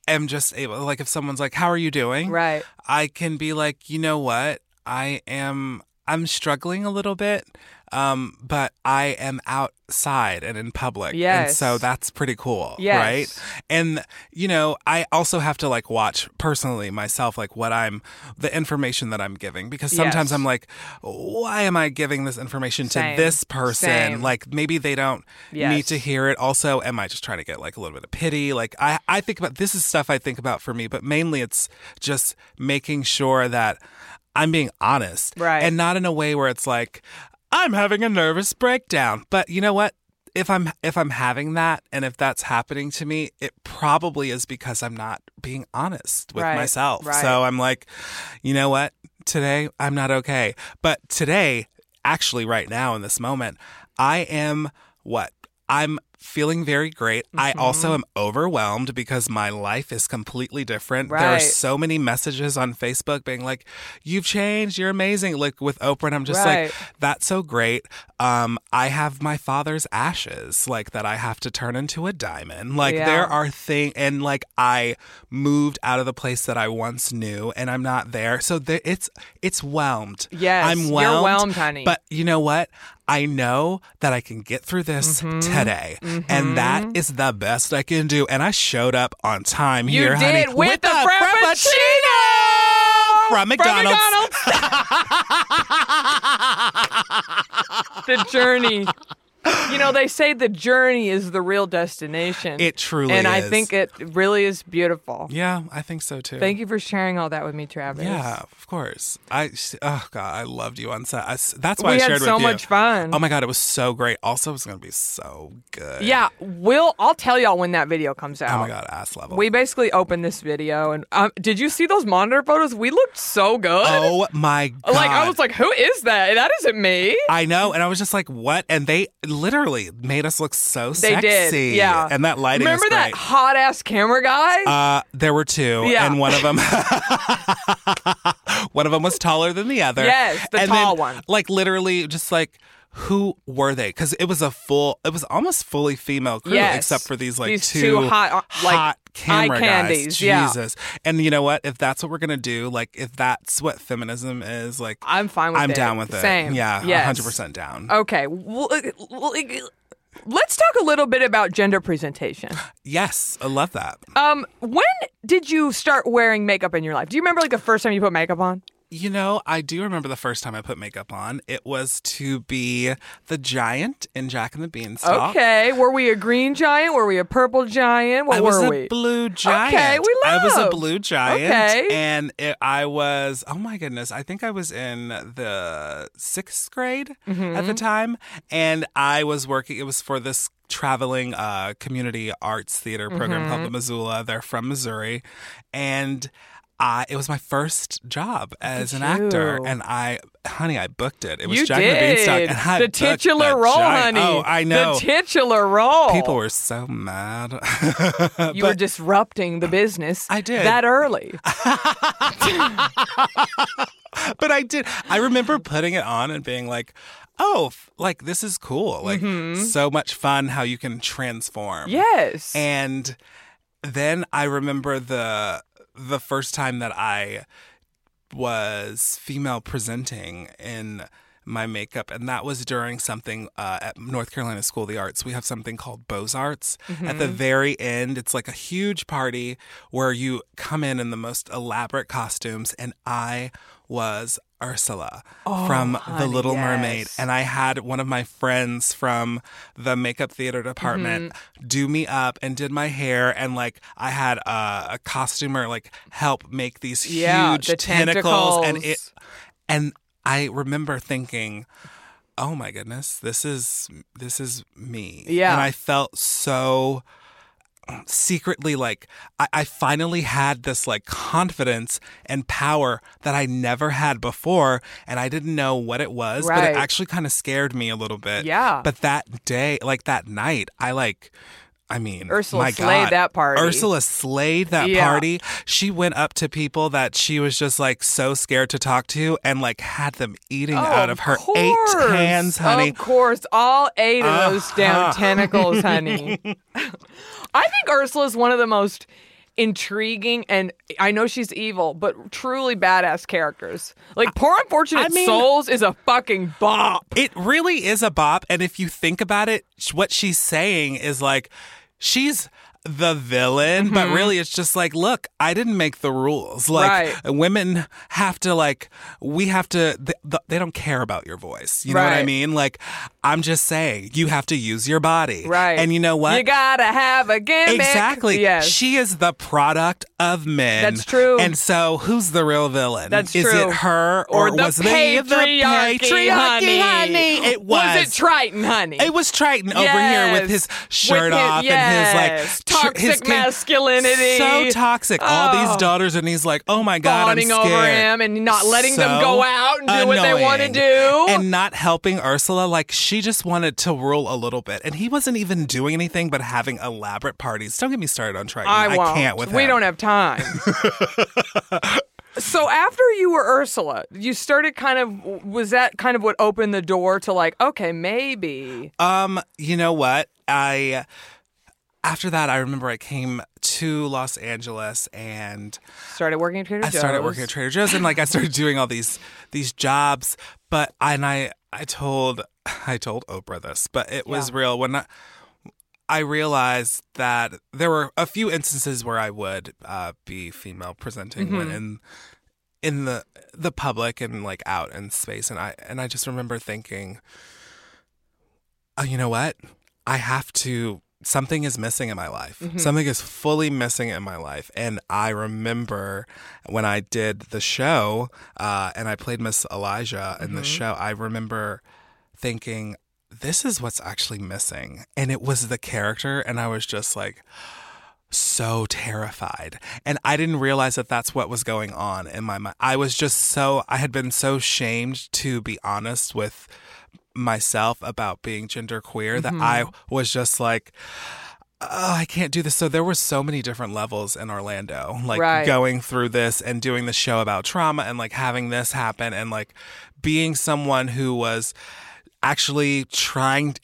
S3: am just able, like, if someone's like, How are you doing?
S2: Right.
S3: I can be like, You know what? I am. I'm struggling a little bit, um, but I am outside and in public. And
S2: Yes.
S3: so that's pretty cool.
S2: Yes.
S3: Right. And, you know, I also have to like watch personally myself, like what I'm, the information that I'm giving, because sometimes
S2: Yes.
S3: I'm like, why am I giving this information
S2: Same.
S3: to this person?
S2: Same.
S3: Like maybe they don't need
S2: Yes.
S3: to hear it. Also, am I just trying to get like a little bit of pity? Like I, I think about this is stuff I think about for me, but mainly it's just making sure that I'm being honest.
S2: Right.
S3: And not in a way where it's like, I'm having a nervous breakdown. But you know what? If I'm if I'm having that and if that's happening to me, it probably is because I'm not being honest with
S2: Right,
S3: myself.
S2: right.
S3: So I'm like, you know what? Today I'm not okay. But today, actually right now in this moment, I am what? I'm feeling very great. I
S2: Mm-hmm.
S3: also am overwhelmed because my life is completely different. There are
S2: Right.
S3: so many messages on Facebook being like, "You've changed. You're amazing." Like with Oprah, and I'm just
S2: Right.
S3: like, "That's so great." Um, I have my father's ashes, like that. I have to turn into a diamond. Like
S2: Yeah.
S3: there are things, and like I moved out of the place that I once knew, and I'm not there. So there, it's it's whelmed.
S2: Yes,
S3: I'm
S2: you're
S3: whelmed,
S2: whelmed, honey.
S3: But you know what? I know that I can get through this
S2: Mm-hmm.
S3: today, and that is the best I can do. And I showed up on time
S2: You
S3: here, honey,
S2: did with the Frappuccino!
S3: from McDonald's.
S2: the journey. You know, they say the journey is the real destination.
S3: It truly
S2: And I
S3: is.
S2: think it really is beautiful.
S3: Yeah, I think so too.
S2: Thank you for sharing all that with me, Travis.
S3: Yeah, of course. I oh god, I loved you on set. I s that's why
S2: We
S3: I
S2: had
S3: shared
S2: so
S3: with you.
S2: much fun.
S3: Oh my god, it was so great. Also, it's gonna be so good.
S2: Yeah, we'll. I'll tell y'all when that video comes out.
S3: Oh my god, ass level.
S2: We basically opened this video, and um, did you see those monitor photos? We looked so good.
S3: oh my god.
S2: like I was like, who is that? That isn't me.
S3: I know, and I was just like, "What?" And they literally made us look so
S2: They
S3: sexy.
S2: did. Yeah.
S3: and that lighting.
S2: Remember
S3: was
S2: that
S3: great.
S2: hot ass camera guy?
S3: Uh, there were two,
S2: Yeah.
S3: and one of them, one of them was taller than the other.
S2: Yes, the
S3: and
S2: tall
S3: then,
S2: one.
S3: Like literally, just like who were they? Because it was a full, it was almost fully female crew,
S2: Yes.
S3: except for these like
S2: These
S3: two,
S2: two hot, uh, like,
S3: hot camera
S2: eye
S3: guys.
S2: candies, yeah.
S3: Jesus. And you know what? If that's what we're gonna do, like if that's what feminism is, like
S2: I'm fine with
S3: I'm
S2: it.
S3: down with it.
S2: Same.
S3: Yeah,
S2: Yes. Oh.
S3: hundred percent down.
S2: okay. Well, uh, well, uh, Let's talk a little bit about gender presentation.
S3: Yes, I love that.
S2: Um, when did you start wearing makeup in your life? Do you remember like the first time you put makeup on?
S3: You know, I do remember the first time I put makeup on. It was to be the giant in Jack and the Beanstalk.
S2: Okay, were we a green giant? Were we a purple giant? What
S3: I
S2: were
S3: was a
S2: we?
S3: blue giant.
S2: we
S3: I was a
S2: love.
S3: blue giant.
S2: Okay.
S3: And it, I was, oh my goodness, I think I was in the sixth grade at
S2: Mm-hmm.
S3: the time. And I was working, it was for this traveling uh, community arts theater program called
S2: Mm-hmm.
S3: the Missoula. They're from Missouri. And I, it was my first job as an actor,
S2: you.
S3: and I, honey, I booked it. It was
S2: you
S3: Jack
S2: did
S3: and the Beanstalk, and I
S2: the
S3: booked that
S2: titular role,
S3: giant-
S2: honey.
S3: Oh, I know.
S2: the titular role.
S3: People were so mad.
S2: you were disrupting the business.
S3: I did.
S2: that early.
S3: but I did. I remember putting it on and being like, "Oh, f- like this is cool. Like so much fun how you can transform."
S2: yes.
S3: And then I remember the the first time that I was female presenting in my makeup, and that was during something uh, at North Carolina School of the Arts. We have something called Beaux Arts. At the very end, it's like a huge party where you come in in the most elaborate costumes, and I was Ursula from The Little Mermaid. And I had one of my friends from the makeup theater department do me up and did my hair. And like, I had uh, a, a costumer like help make these
S2: Yeah,
S3: huge
S2: the
S3: tentacles. And it,
S2: tentacles.
S3: and I remember thinking, oh my goodness, this is, this is me.
S2: Yeah.
S3: And I felt so um, secretly like I, I finally had this like confidence and power that I never had before and I didn't know what it was but
S2: Right.
S3: it actually kind of scared me a little bit
S2: Yeah.
S3: but that day like that night I like I mean
S2: Ursula
S3: my
S2: slayed
S3: God.
S2: that party.
S3: Ursula slayed that
S2: Yeah.
S3: party she went up to people that she was just like so scared to talk to and like had them eating
S2: Oh,
S3: out of her eight
S2: course.
S3: hands honey
S2: Of course, all eight of those
S3: Uh-huh.
S2: damn tentacles, honey. I think Ursula's one of the most intriguing and I know she's evil, but truly badass characters. Like Poor Unfortunate
S3: I mean-
S2: Souls is a fucking bop.
S3: It really is a bop. And if you think about it, sh- what she's saying is like, she's the villain,
S2: Mm-hmm.
S3: but really it's just like, look, I didn't make the rules. Like,
S2: Right.
S3: women have to, like, we have to, th- th- they don't care about your voice. You know what I
S2: Right.
S3: mean? Like, I'm just saying, you have to use your body.
S2: Right.
S3: And you know what?
S2: You gotta have a gimmick.
S3: Exactly.
S2: Yes.
S3: She is the product of men.
S2: That's true.
S3: And so, who's the real villain?
S2: That's
S3: is
S2: true.
S3: it her or,
S2: Or the
S3: was they the
S2: patriarchy,
S3: patriarchy,
S2: honey.
S3: It
S2: was. it Triton, honey?
S3: It was Triton over here with
S2: Yes.
S3: his
S2: With
S3: shirt
S2: his-
S3: off and his
S2: yes.
S3: like tr- his
S2: Toxic
S3: kin-
S2: masculinity.
S3: So toxic. All these daughters, and he's like, oh my god,
S2: Fawning
S3: I'm
S2: over
S3: scared.
S2: him and not letting them
S3: So
S2: go out and do what they wanna
S3: annoying.
S2: do.
S3: and not helping Ursula. Like she just wanted to rule a little bit, and he wasn't even doing anything but having elaborate parties. Don't get me started on Triton.
S2: I won't.
S3: can't with
S2: we
S3: him.
S2: don't have time. so after you were Ursula, you started kind of was that kind of what opened the door to like okay maybe
S3: Um, you know what? I after that, I remember I came to Los Angeles and
S2: started working at Trader
S3: I
S2: Joe's.
S3: started working at Trader Joe's and like I started doing all these these jobs. But and I I told I told Oprah this, but it was real when I, I realized that there were a few instances where I would uh, be female presenting
S2: Mm-hmm.
S3: when in in the the public and like out in space, and I and I just remember thinking, oh, you know what? I have to. Something is missing in my life. Something is fully missing in my life. And I remember when I did the show uh, and I played Miss Elijah in the show, I remember thinking, this is what's actually missing. And it was the character. And I was just like, so terrified. And I didn't realize that that's what was going on in my mind. I was just so, I had been so shamed to be honest with myself about being genderqueer that I was just like, oh, I can't do this. So there were so many different levels in Orlando, like
S2: Right.
S3: going through this and doing the show about trauma and like having this happen and like being someone who was actually trying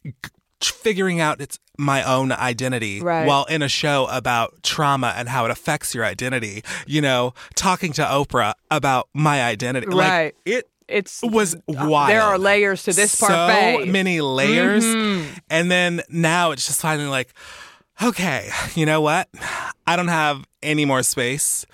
S3: figuring out it's my own identity
S2: Right.
S3: while in a show about trauma and how it affects your identity you know talking to oprah about my identity
S2: Right.
S3: like it
S2: It's
S3: was wild
S2: There are layers to this parfait. Mm-hmm.
S3: so many layers and then now it's just finally like okay you know what i don't have any more space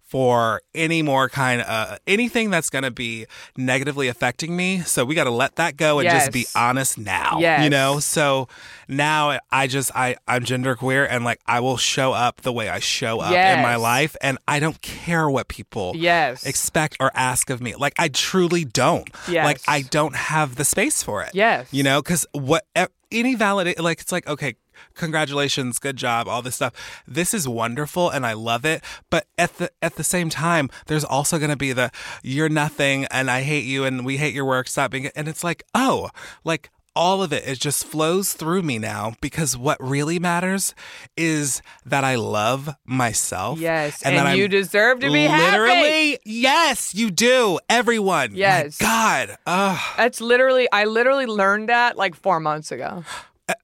S3: for any more kind of anything that's going to be negatively affecting me so we got to let that go and just be
S2: Yes.
S3: honest now you
S2: Yes.
S3: know so now i just i i'm genderqueer and like i will show up the way i show up in my
S2: Yes.
S3: life and i don't care what people
S2: Yes.
S3: expect or ask of me like i truly don't
S2: Yes.
S3: like i don't have the space for it.
S2: Yes.
S3: You know, because what e- any validate like it's like okay, congratulations, good job, all this stuff. This is wonderful, and I love it. But at the at the same time, there's also going to be the you're nothing, and I hate you, and we hate your work. Stop being. And it's like oh, like. All of it, it just flows through me now because what really matters is that I love myself.
S2: Yes,
S3: that
S2: and you
S3: I'm
S2: deserve to be happy.
S3: literally, yes, you do. Everyone, My
S2: Yes.
S3: God, Ugh.
S2: That's literally I literally learned that like four months ago.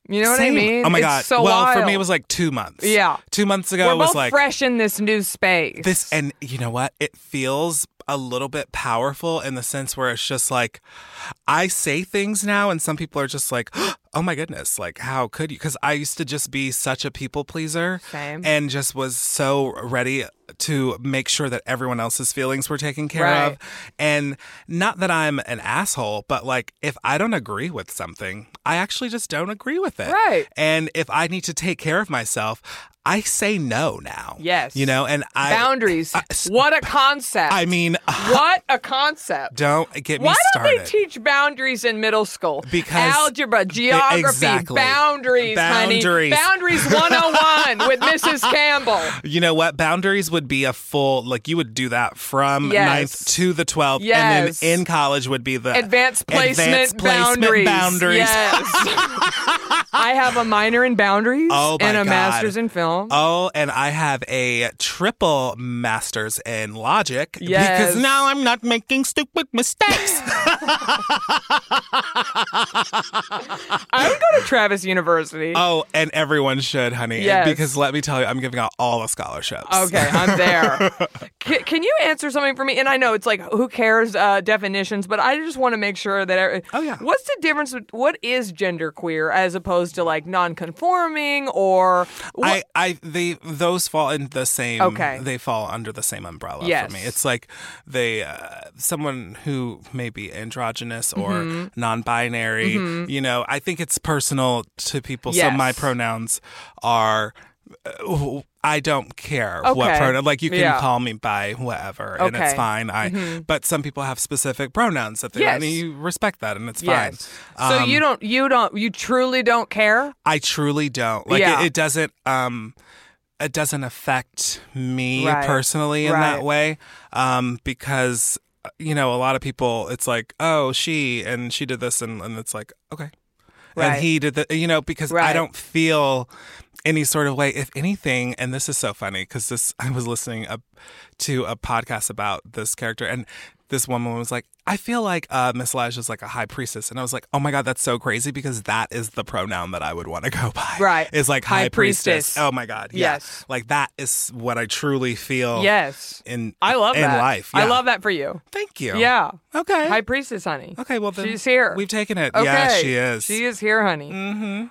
S2: You know what I
S3: Uh, Same.
S2: mean?
S3: Oh my
S2: It's
S3: god!
S2: So
S3: well,
S2: wild.
S3: for me, it was like two months.
S2: Yeah.
S3: two months ago
S2: we're
S3: it was
S2: both
S3: like
S2: fresh in this new space.
S3: this, and you know what? It feels. a little bit powerful in the sense where it's just like I say things now, and some people are just like, "Oh my goodness, like how could you?" Because I used to just be such a people pleaser,
S2: Same.
S3: and just was so ready to make sure that everyone else's feelings were taken care
S2: Right.
S3: of. And not that I'm an asshole, but like if I don't agree with something, I actually just don't agree with it.
S2: Right.
S3: And if I need to take care of myself, I say no now.
S2: Yes.
S3: You know, and I
S2: Boundaries. what a concept.
S3: I mean, uh,
S2: what a concept.
S3: don't get me
S2: Why don't
S3: started.
S2: they teach boundaries in middle school?
S3: Because- e,
S2: algebra, geography,
S3: Exactly.
S2: boundaries,
S3: Boundaries.
S2: honey. Boundaries 101 with Mrs. Campbell.
S3: you know what? Boundaries would be a full like you would do that from
S2: Yes.
S3: ninth to the twelfth,
S2: Yes.
S3: and then in college would be the
S2: Advanced placement,
S3: advanced
S2: boundaries.
S3: placement boundaries.
S2: Yes. I have a minor in boundaries
S3: Oh my
S2: and a
S3: God.
S2: master's in film.
S3: Oh, and I have a triple master's in logic
S2: Yes.
S3: because now I'm not making stupid mistakes.
S2: I would go to Travis University.
S3: oh, and everyone should, honey.
S2: Yes.
S3: Because let me tell you, I'm giving out all the scholarships.
S2: Okay, I'm there. can, can you answer something for me? And I know it's like who cares uh, definitions, but I just want to make sure that. I,
S3: Oh, yeah.
S2: What's the difference? With, what is genderqueer as opposed to like non-conforming or? What,
S3: I, I they those fall in the same
S2: Okay.
S3: they fall under the same umbrella
S2: Yes.
S3: for me it's like they uh, someone who may be androgynous or
S2: Mm-hmm.
S3: non-binary you know i think it's personal to people so my
S2: Yes.
S3: pronouns are uh, I don't care what
S2: Okay.
S3: pronoun. Like you can
S2: Yeah.
S3: call me by whatever, and it's
S2: Okay. Mm-hmm.
S3: fine. I, but some people have specific pronouns that they
S2: Yes.
S3: and you respect that, and it's
S2: yes.
S3: fine.
S2: so
S3: Um,
S2: you don't. You don't. You truly don't care.
S3: I truly don't. Like
S2: Yeah.
S3: it, it doesn't um it doesn't affect me
S2: Right.
S3: personally in
S2: Right.
S3: that way um because uh, you know a lot of people it's like oh she and she did this and and it's like okay
S2: Right.
S3: and he did the you know because
S2: Right.
S3: I don't feel any sort of way if anything and this is so funny because this I was listening up to a podcast about this character and this woman was like I feel like uh, Miss Lige is like a high priestess and I was like oh my god that's so crazy because that is the pronoun that I would want to go by
S2: Right.
S3: is like
S2: High
S3: high, priestess.
S2: priestess.
S3: oh my god yeah.
S2: Yes.
S3: like that is what I truly feel
S2: Yes.
S3: Oh, in
S2: I love
S3: in
S2: that.
S3: life
S2: I
S3: Yeah.
S2: love that for you.
S3: thank you
S2: Yeah.
S3: okay
S2: High priestess, honey.
S3: okay well then
S2: she's here.
S3: we've taken it
S2: Okay.
S3: yeah she is
S2: She is here, honey.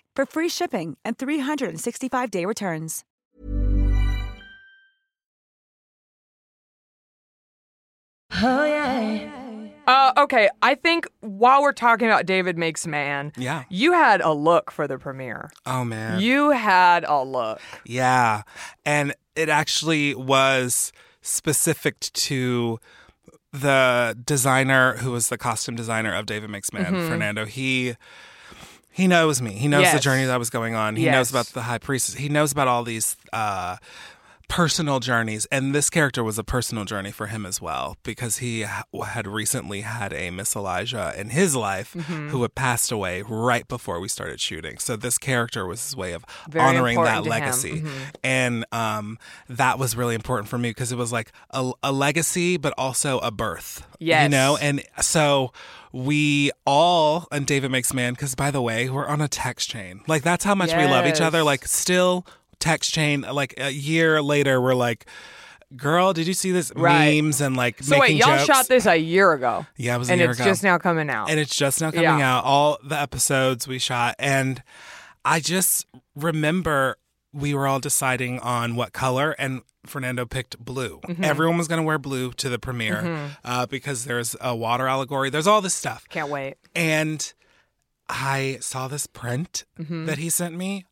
S7: for free shipping and 365-day returns.
S2: Uh, okay, I think while we're talking about David Makes Man,
S3: Yeah.
S2: you had a look for the premiere.
S3: oh man
S2: You had a look.
S3: Yeah. And it actually was specific to the designer who was the costume designer of David Mixman, Fernando. He he knows me. He knows the
S2: Mm-hmm. Yes.
S3: journey that was going on. He
S2: Yes.
S3: knows about the high priestess. He knows about all these uh personal journeys and this character was a personal journey for him as well because he ha- had recently had a miss elijah in his life
S2: Mm-hmm.
S3: who had passed away right before we started shooting so this character was his way of
S2: Very
S3: honoring
S2: important
S3: that
S2: to him. Mm-hmm.
S3: legacy and um, that was really important for me because it was like a, a legacy but also a birth you
S2: Yes.
S3: know and so we all and david makes man because by the way we're on a text chain like that's how much we love each other
S2: Yes.
S3: like still text chain like a year later we're like girl did you see this
S2: Right.
S3: memes and like
S2: So wait,
S3: making
S2: y'all
S3: jokes.
S2: shot this a year ago.
S3: yeah it was a
S2: and
S3: year
S2: it's
S3: ago.
S2: just now coming out.
S3: And it's just now coming
S2: Yeah.
S3: out. All the episodes we shot. And I just remember we were all deciding on what color, and Fernando picked blue.
S2: Mm-hmm.
S3: Everyone was going to wear blue to the premiere uh, because there's a water allegory. There's all this stuff.
S2: Can't wait. Mm-hmm.
S3: And I saw this print that he sent me.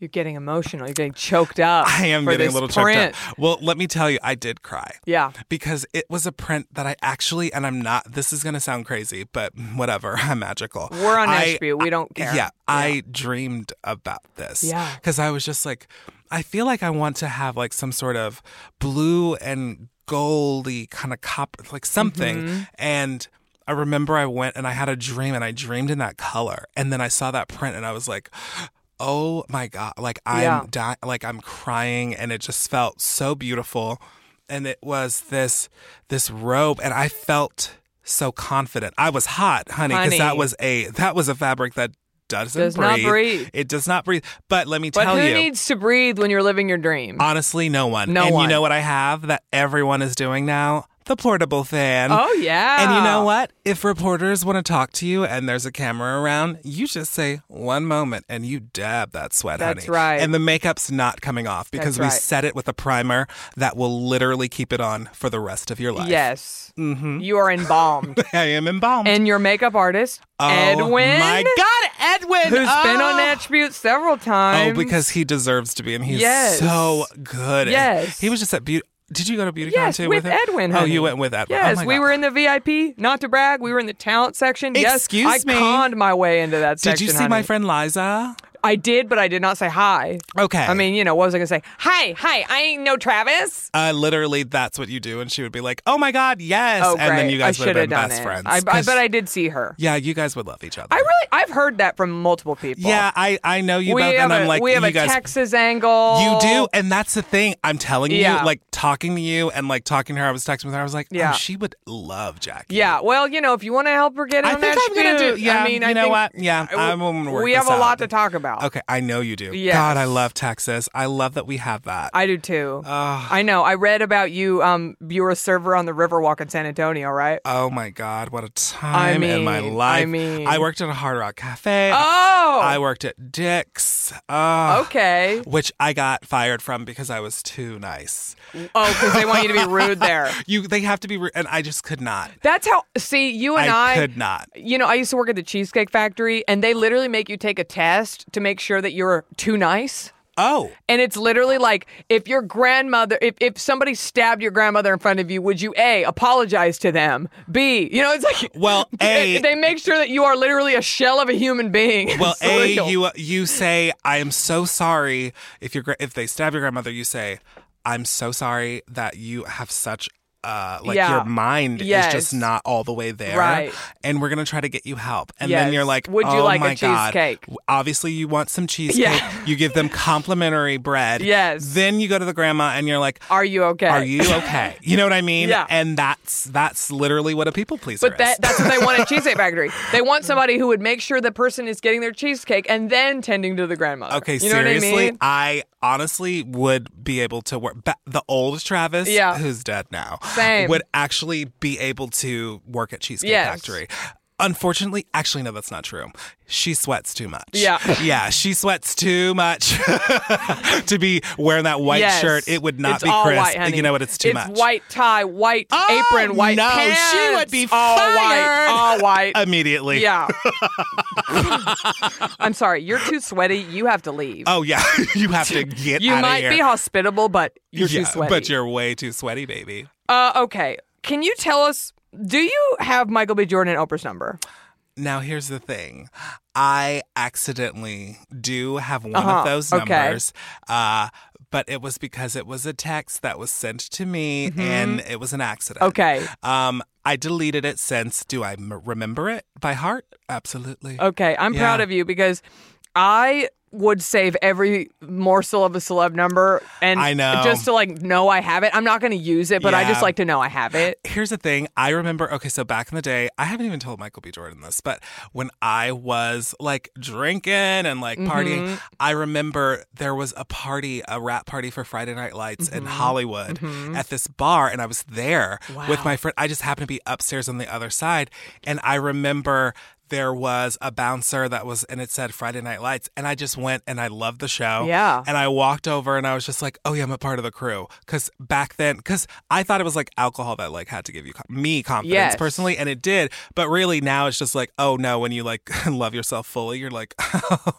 S2: You're getting emotional. You're getting choked up.
S3: I am
S2: for
S3: getting a
S2: this
S3: little
S2: print.
S3: choked up. Well, let me tell you, I did cry.
S2: Yeah.
S3: Because it was a print that I actually, and I'm not, this is going to sound crazy, but whatever, I'm magical.
S2: We're on
S3: I-
S2: Ashby. We don't care.
S3: Yeah, I dreamed about this.
S2: Yeah.
S3: Because I was just like, I feel like I want to have like some sort of blue and goldy kind of copper, like something.
S2: Mm-hmm.
S3: And I remember I went and I had a dream and I dreamed in that color. And then I saw that print and I was like, oh my God. Like I'm
S2: Yeah.
S3: di- like I'm crying and it just felt so beautiful. And it was this this robe and I felt so confident. I was hot, honey, because that
S2: Honey.
S3: was a that was a fabric that doesn't
S2: Does not
S3: breathe.
S2: breathe.
S3: It does not breathe. But let me
S2: But
S3: tell
S2: who
S3: you,
S2: needs to breathe when you're living your dream?
S3: honestly, no one.
S2: No
S3: and
S2: one.
S3: you know what I have that everyone is doing now? The portable fan.
S2: oh yeah.
S3: And you know what? If reporters want to talk to you and there's a camera around, you just say one moment and you dab that sweat,
S2: That's
S3: honey.
S2: right.
S3: And the makeup's not coming off because
S2: That's
S3: we
S2: right.
S3: set it with a primer that will literally keep it on for the rest of your life.
S2: Yes. You are embalmed.
S3: I am embalmed.
S2: and your makeup artist,
S3: Oh,
S2: Edwin.
S3: my God, Edwin!
S2: Who's been on
S3: Oh.
S2: Attribute several times.
S3: Oh, because he deserves to be, and he's
S2: Yes.
S3: so good. And
S2: Yes.
S3: he was just at beauty. Did you go to BeautyCon
S2: Yes,
S3: too
S2: with
S3: him?
S2: Edwin.
S3: Oh,
S2: honey.
S3: you went with Edwin.
S2: Yes, we were in the VIP. Not to brag, we were in the talent section. yes,
S3: Excuse me?
S2: I conned my way into that
S3: Did
S2: section.
S3: you see my
S2: honey.
S3: friend Liza?
S2: I did, but I did not say hi.
S3: Okay.
S2: I mean, you know, what was I going to say? Hi, hi. I ain't no Travis.
S3: Uh, literally, that's what you do, and she would be like, "Oh my God, yes!"
S2: oh,
S3: and then
S2: great.
S3: you guys
S2: I
S3: would have
S2: should
S3: been
S2: done
S3: best
S2: it.
S3: friends.
S2: I, I,
S3: 'Cause-
S2: but I did see her.
S3: yeah, you guys would love each other.
S2: I really, I've heard that from multiple people.
S3: yeah, I I know you
S2: we
S3: both,
S2: have
S3: and
S2: a,
S3: I'm like,
S2: we have
S3: you
S2: a
S3: guys.
S2: Texas angle.
S3: you do, and that's the thing. I'm telling
S2: Yeah.
S3: you, like talking to you and like talking to her. I was texting with her. I was like,
S2: Yeah.
S3: oh, she would love Jackie.
S2: Yeah, well, you know, if you want to help her get
S3: I
S2: on
S3: think I'm gonna
S2: Attribute,
S3: do- yeah,
S2: I mean,
S3: you
S2: I
S3: know
S2: think-
S3: what? Yeah,
S2: I-
S3: I'm gonna work
S2: We have
S3: this
S2: a lot
S3: out.
S2: to talk about.
S3: Okay, I know you do.
S2: Yes.
S3: God, I love Texas. I love that we have that.
S2: I do too.
S3: Ah.
S2: I know. I read about you. Um, you were a server on the Riverwalk in San Antonio, right?
S3: oh my God, what a time in my
S2: mean, I
S3: life.
S2: mean-
S3: I worked at a Hard Rock Cafe.
S2: Oh!
S3: I worked at Dick's. Oh,
S2: okay.
S3: Which I got fired from because I was too nice.
S2: Oh, because they want you to be rude there.
S3: You, they have to be, re- and I just could not.
S2: That's how. See, you and I,
S3: could not.
S2: You know, I used to work at the Cheesecake Factory, and they literally make you take a test to make sure that you're too nice.
S3: Oh,
S2: And it's literally like if your grandmother, if, if somebody stabbed your grandmother in front of you, would you A, apologize to them? B, you know, it's like,
S3: Well,
S2: they-
S3: A-
S2: they make sure that you are literally a shell of a human being.
S3: well,
S2: It's
S3: a
S2: illegal.
S3: you uh, you say I am so sorry if your gra- if they stab your grandmother, you say I'm so sorry that you have such. Uh, like
S2: Yeah.
S3: your mind
S2: Yes.
S3: is just not all the way there,
S2: Right.
S3: and we're gonna try to get you help. And then
S2: Yes.
S3: you're like,
S2: Would you
S3: "Oh
S2: like a
S3: my God."
S2: cheesecake?
S3: W- Obviously, you want some cheesecake.
S2: Yeah.
S3: You give them complimentary bread.
S2: Yes.
S3: Then you go to the grandma, and you're like,
S2: Are you okay?
S3: Are you okay? You know what I mean?
S2: Yeah.
S3: And that's that's literally what a people pleaser
S2: But
S3: is.
S2: that, that's what they want at Cheesecake Factory. They want somebody who would make sure the person is getting their cheesecake and then tending to the grandmother.
S3: okay,
S2: you know
S3: seriously,
S2: what I mean?
S3: honestly would be able to work. But the old Travis,
S2: Yeah.
S3: who's dead now,
S2: Same.
S3: would actually be able to work at Cheesecake
S2: Yes.
S3: Factory. Unfortunately, actually, no, that's not true. She sweats too much.
S2: Yeah.
S3: yeah, she sweats too much to be wearing that white
S2: Yes.
S3: shirt. It would not
S2: It's
S3: be
S2: all
S3: crisp.
S2: White, honey.
S3: You know what? It's too
S2: it's
S3: much.
S2: White tie, white
S3: Oh,
S2: apron, white
S3: no, she
S2: pants.
S3: would be
S2: all
S3: fired.
S2: white, all white.
S3: immediately.
S2: yeah. I'm sorry, you're too sweaty. You have to leave.
S3: Oh yeah, you have to get.
S2: you
S3: outta
S2: might
S3: here.
S2: be hospitable, but you're
S3: Yeah,
S2: too sweaty.
S3: But you're way too sweaty, baby.
S2: Uh, okay, can you tell us? Do you have Michael B. Jordan and Oprah's number?
S3: Now here's the thing. I accidentally do have one
S2: Uh-huh.
S3: of those
S2: Okay.
S3: numbers. Uh but it was because it was a text that was sent to me and it was an accident.
S2: Mm-hmm. Okay.
S3: Um I deleted it since. Do I m- remember it by heart? Absolutely.
S2: Okay, I'm proud
S3: Yeah.
S2: of you because I would save every morsel of a celeb number and
S3: I know.
S2: just to like know I have it. I'm not going to use it, but I just
S3: Yeah.
S2: like to know I have it.
S3: Here's the thing. I remember, okay, so back in the day, I haven't even told Michael B. Jordan this, but when I was like drinking and like partying, I remember there was a party, a rap party for Friday Night Lights in Hollywood at this bar, and I was there with my friend. I just happened to be upstairs on the other side, and I remember there was a bouncer that was, and it said Friday Night Lights. And I just went and I loved the show.
S2: Yeah.
S3: And I walked over and I was just like, oh yeah, I'm a part of the crew. Cause back then, cause I thought it was like alcohol that like had to give you co- me confidence
S2: Yes.
S3: personally. And it did. But really now it's just like, oh no, when you like love yourself fully, you're like, oh,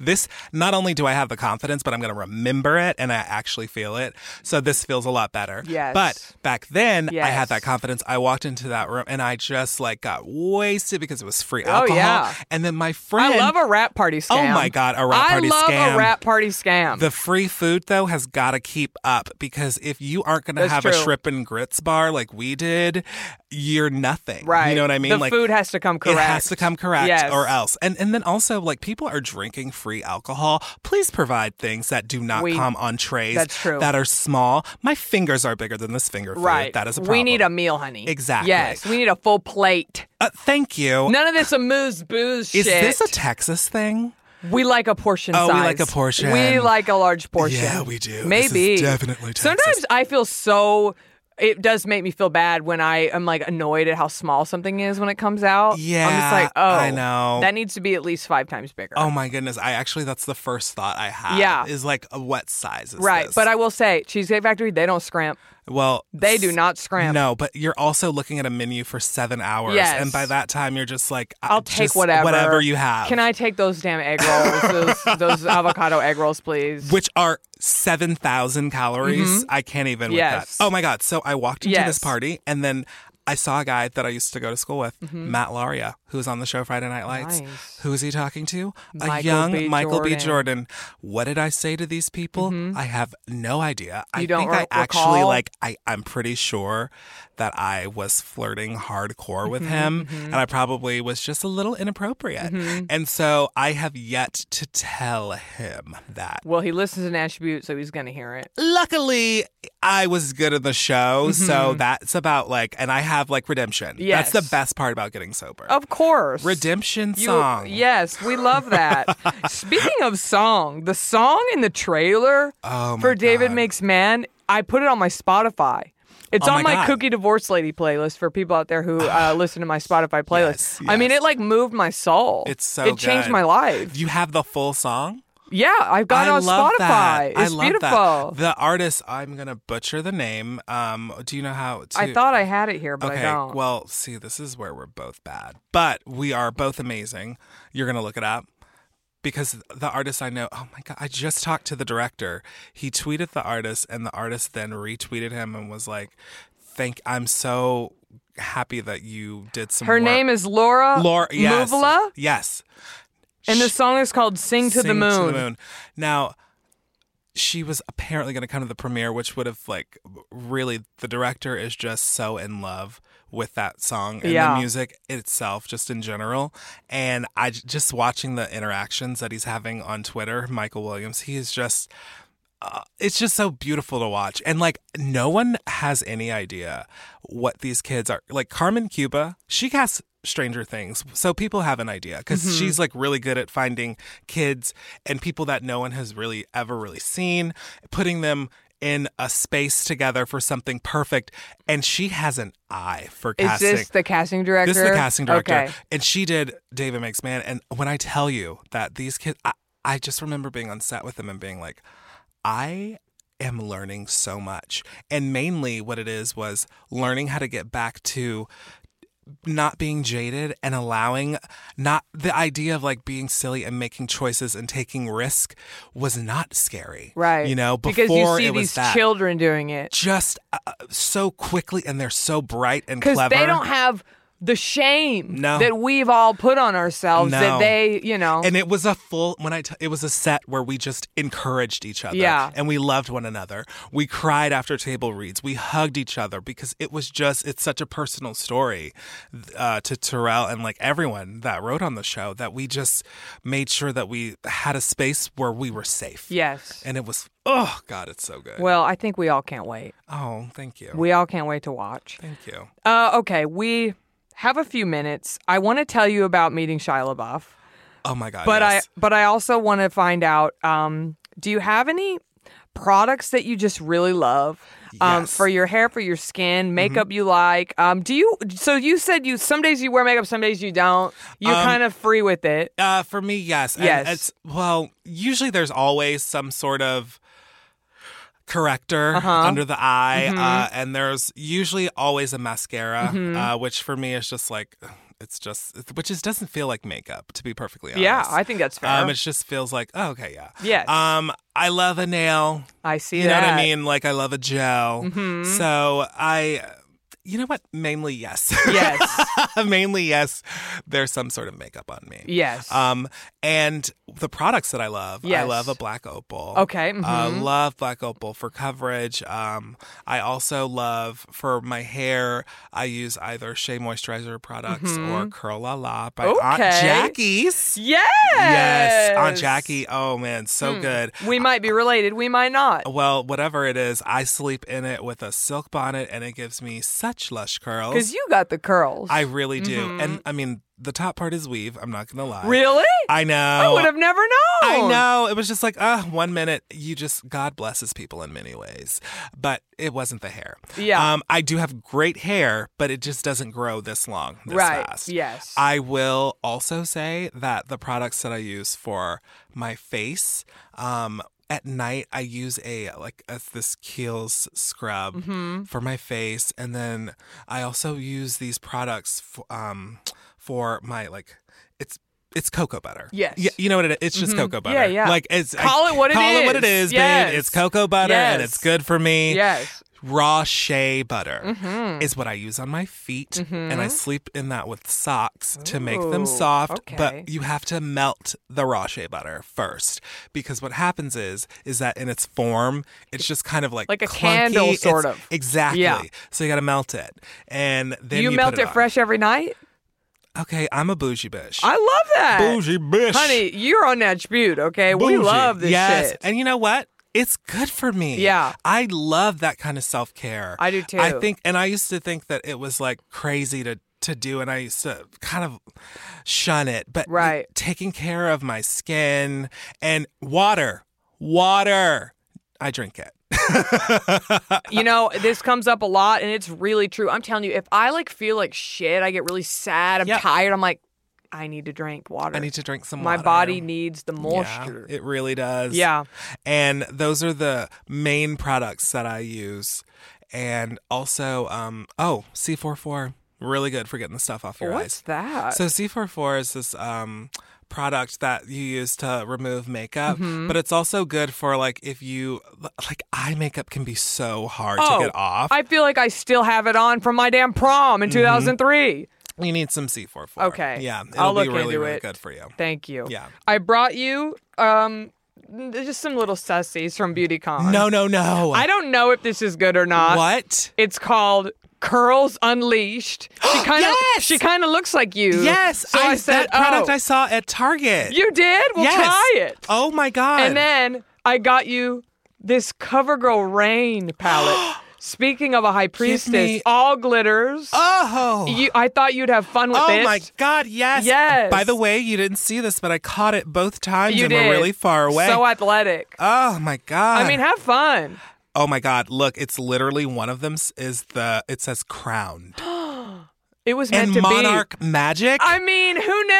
S3: this, not only do I have the confidence, but I'm going to remember it and I actually feel it. So this feels a lot better.
S2: Yes.
S3: But back then I
S2: Yes.
S3: had that confidence. I walked into that room and I just like got wasted because it was free
S2: Oh,
S3: alcohol.
S2: yeah.
S3: And then my friend
S2: I love a rap party scam.
S3: Oh my God, a rap party
S2: I love
S3: scam.
S2: a rap party scam.
S3: the free food though has got to keep up because if you aren't going to
S2: That's
S3: have a
S2: true.
S3: shrimp and grits bar like we did, you're nothing.
S2: right.
S3: You know what I mean?
S2: The
S3: like
S2: food has to come correct.
S3: It has to come correct
S2: Yes.
S3: or else. And and then also like people are drinking free alcohol. Please provide things that do not
S2: We-
S3: come on trays
S2: That's true.
S3: that are small. My fingers are bigger than this finger food.
S2: Right.
S3: That is a problem.
S2: We need a meal, honey.
S3: Exactly.
S2: Yes. We need a full plate.
S3: Uh, thank you.
S2: None of this amuse booze
S3: Is
S2: shit.
S3: this a Texas thing?
S2: We like a portion
S3: Oh, we
S2: size.
S3: like a portion.
S2: We like a large portion.
S3: Yeah, we do. This is
S2: Maybe.
S3: definitely Texas.
S2: Sometimes I feel so. It does make me feel bad when I am like annoyed at how small something is when it comes out. I'm
S3: Yeah,
S2: just like, oh,
S3: I know.
S2: That needs to be at least five times bigger.
S3: Oh my goodness! I actually that's the first thought I had.
S2: Yeah.
S3: is like uh, what size is
S2: right.
S3: this?
S2: But I will say, Cheesecake Factory, they don't scrimp.
S3: well
S2: They do
S3: s-
S2: not scrimp.
S3: No, but you're also looking at a menu for seven hours,
S2: Yes.
S3: and by that time you're just like I-
S2: I'll take
S3: Uh, just
S2: whatever.
S3: whatever you have.
S2: Can I take those damn egg rolls, those, those avocado egg rolls, please?
S3: Which are seven thousand calories? I can't even with
S2: Mm-hmm. Yes.
S3: that. Oh my god! So I walked into this
S2: Yes.
S3: party, and then I saw a guy that I used to go to school with, Matt Laria, who was on the show Friday Night Lights.
S2: Mm-hmm. Nice.
S3: Who is he talking to? a
S2: Michael
S3: young
S2: B.
S3: Michael B. Jordan.
S2: Jordan. Mm-hmm.
S3: What did I say to these people? I have no idea. I
S2: You don't
S3: think I
S2: re-
S3: actually
S2: recall?
S3: like I, I'm pretty sure that I was flirting hardcore with
S2: Mm-hmm,
S3: him and I probably was just a little inappropriate.
S2: Mm-hmm.
S3: And so I have yet to tell him that.
S2: Well, he listens to Nash Butte, so he's going to hear it.
S3: Luckily, I was good at the show, so that's about like and I have like redemption.
S2: Mm-hmm. Yes.
S3: That's the best part about getting sober.
S2: Of course.
S3: Redemption
S2: You-
S3: song.
S2: Yes, we love that. Speaking of song, the song in the trailer
S3: Oh my
S2: for David
S3: God.
S2: Makes Man, I put it on my Spotify. It's
S3: Oh
S2: on my,
S3: my God.
S2: Cookie Divorce Lady playlist for people out there who uh, listen to my Spotify playlist.
S3: Yes,
S2: I mean,
S3: yes.
S2: it like moved my soul.
S3: It's so
S2: It changed
S3: good.
S2: my life.
S3: You have the full song?
S2: yeah, I've got it on Spotify.
S3: That.
S2: It's
S3: I love
S2: beautiful.
S3: That. The artist, I'm gonna butcher the name. Um, do you know how? To,
S2: I thought I had it here, but
S3: Okay,
S2: I don't.
S3: well, see, this is where we're both bad, but we are both amazing. You're gonna look it up because the artist I know. Oh my god, I just talked to the director. He tweeted the artist, and the artist then retweeted him and was like, "Thank, I'm so happy that you did some."
S2: Her
S3: work."
S2: name is uh, Laura,
S3: Laura. Yes,
S2: Muvla,
S3: yes.
S2: and the song is called Sing, to, the
S3: Sing
S2: moon.
S3: To the moon. Now, she was apparently going to come to the premiere, which would have like really the director is just so in love with that song and
S2: Yeah.
S3: the music itself, just in general. And I j- just watching the interactions that he's having on Twitter, Michael Williams, he is just. Uh, it's just so beautiful to watch. And like, no one has any idea what these kids are. Like, Carmen Cuba, she casts Stranger Things. So people have an idea because she's like really good at finding kids and people that no one has really ever really seen, putting them in a space together for something perfect. And she has an eye for
S2: Is
S3: casting.
S2: this the casting director?
S3: This is the casting director.
S2: Okay.
S3: And she did David Makes Man. And when I tell you that these kids, I, I just remember being on set with them and being like, I am learning so much. And mainly what it is was learning how to get back to not being jaded and allowing not the idea of like being silly and making choices and taking risk was not scary.
S2: Right.
S3: You know,
S2: because you
S3: before
S2: see
S3: it was
S2: these
S3: that.
S2: children doing it
S3: just uh, so quickly and they're so bright and
S2: because
S3: clever.
S2: they don't have the shame
S3: No.
S2: that we've all put on ourselves
S3: No.
S2: that they, you know.
S3: And it was a full when I t- it was a set where we just encouraged each other.
S2: Yeah.
S3: And we loved one another. We cried after table reads. We hugged each other because it was just it's such a personal story uh, to Terrell and like everyone that wrote on the show that we just made sure that we had a space where we were safe.
S2: yes.
S3: And it was oh god, it's so good.
S2: well, I think we all can't wait.
S3: oh, thank you.
S2: We all can't wait to watch.
S3: thank you.
S2: Uh, okay, we have a few minutes. I want to tell you about meeting Shia LaBeouf,
S3: Oh my god.
S2: but
S3: yes.
S2: I but I also want to find out. Um, do you have any products that you just really love? um,
S3: Yes. Mm-hmm.
S2: for your hair, for your skin, makeup you like. Um, do you? So you said you some days you wear makeup, some days you don't. You're
S3: Um,
S2: kind of free with it.
S3: Uh, for me, yes. And
S2: Yes.
S3: It's, well, usually there's always some sort of corrector
S2: Uh-huh.
S3: under the eye,
S2: Mm-hmm.
S3: uh, and there's usually always a mascara, uh, which for me is just like. It's just, which just doesn't feel like makeup, to be perfectly honest.
S2: Yeah, I think that's fair.
S3: Um, it just feels like, oh, okay, yeah.
S2: Yes.
S3: Um, I love a nail.
S2: I see
S3: You know what
S2: that.
S3: I mean? Like I love a gel.
S2: Mm-hmm.
S3: So I, you know what? Mainly yes.
S2: Yes.
S3: Mainly yes. There's some sort of makeup on me.
S2: Yes.
S3: Um, and the products that I love, I
S2: Yes.
S3: love a black opal.
S2: Okay,
S3: Uh,
S2: mhm.
S3: love black opal for coverage. Um, I also love for my hair. I use either Shea moisturizer products or Curl La La by Aunt
S2: Mm-hmm. Okay.
S3: Jackie's.
S2: yes.
S3: Yes, Aunt Jackie. uh, Oh man,
S2: Hmm.
S3: so good.
S2: We might be related. We might not.
S3: Well, whatever it is, I sleep in it with a silk bonnet, and it gives me such lush curls.
S2: Because you got the curls.
S3: I really do, and I mean the top part is weave. I'm not gonna lie.
S2: really.
S3: I know.
S2: I would have never
S3: I
S2: known.
S3: know. It was just like, ah, one minute. You just, God blesses people in many ways. But it wasn't the hair.
S2: Yeah.
S3: Um, I do have great hair, but it just doesn't grow this long, this
S2: Right.
S3: fast.
S2: Yes.
S3: I will also say that the products that I use for my face, um, at night I use a like a, this Kiehl's scrub
S2: Mm-hmm.
S3: for my face, and then I also use these products f- um, for my like it's it's cocoa butter.
S2: Yes. Mm-hmm.
S3: Y- you know what it is? It's just cocoa butter.
S2: Yeah, yeah.
S3: Like it's
S2: Call it what it
S3: call it what
S2: is.
S3: it is,
S2: Yes.
S3: babe. It's cocoa butter, and
S2: Yes.
S3: it's good for me
S2: Yes.
S3: raw shea butter
S2: Mm-hmm.
S3: is what I use on my feet, and I sleep in that with socks to make
S2: Ooh,
S3: them soft.
S2: okay.
S3: But you have to melt the raw shea butter first, because what happens is is that in its form, it's just kind of like
S2: Like a
S3: clunky.
S2: candle,
S3: It's-
S2: sort of.
S3: Exactly.
S2: Yeah.
S3: So you got to melt it, and then you,
S2: you melt
S3: put
S2: it,
S3: on.
S2: fresh every night.
S3: Okay, I'm a bougie bitch.
S2: I love that.
S3: bougie bitch,
S2: Honey, you're on that butte, okay? We
S3: Bougie.
S2: love this
S3: yes.
S2: shit.
S3: And you know what? It's good for me.
S2: Yeah.
S3: I love that kind of self care.
S2: I do too.
S3: I think, and I used to think that it was like crazy to to do, and I used to kind of shun it. But
S2: Right.
S3: taking care of my skin and water, water, I drink it.
S2: you know, this comes up a lot and it's really true. I'm telling you, if I like feel like shit, I get really sad, I'm
S3: Yeah.
S2: tired, I'm like, I need to drink water.
S3: I need to drink some.
S2: My
S3: water.
S2: body needs the
S3: Yeah,
S2: moisture.
S3: it really does.
S2: Yeah.
S3: And those are the main products that I use. And also, um, oh, C44, really good for getting the stuff off your
S2: What's
S3: eyes.
S2: that?
S3: So C44 is this um, product that you use to remove makeup,
S2: Mm-hmm.
S3: but it's also good for like if you like eye makeup can be so hard
S2: oh,
S3: to get off. Mm-hmm.
S2: I feel like I still have it on from my damn prom in 2003.
S3: you need some C44.
S2: Okay.
S3: Yeah, it'll
S2: I'll
S3: be
S2: look
S3: really
S2: into
S3: really
S2: it.
S3: good for you.
S2: Thank you.
S3: Yeah.
S2: I brought you um just some little sussies from BeautyCon.
S3: No, no, no.
S2: I don't know if this is good or not.
S3: What?
S2: It's called Curls Unleashed. She kind of
S3: Yes!
S2: she kind of looks like you.
S3: Yes,
S2: So I, said,
S3: that product
S2: oh,
S3: I saw at Target.
S2: you did. We'll
S3: yes.
S2: try it.
S3: Oh my god.
S2: And then I got you this CoverGirl Rain palette. Speaking of a high priestess,
S3: me-
S2: all glitters.
S3: Oh.
S2: You, I thought you'd have fun with
S3: Oh
S2: this.
S3: my God! Yes.
S2: Yes.
S3: By the way, you didn't see this, but I caught it both times,
S2: You
S3: and
S2: did.
S3: we're really far away.
S2: So athletic.
S3: oh my God!
S2: I mean, have fun.
S3: oh my God! Look, it's literally one of them s- is the it says crowned
S2: It was meant
S3: and
S2: to
S3: monarch
S2: be.
S3: magic
S2: I mean, who knew?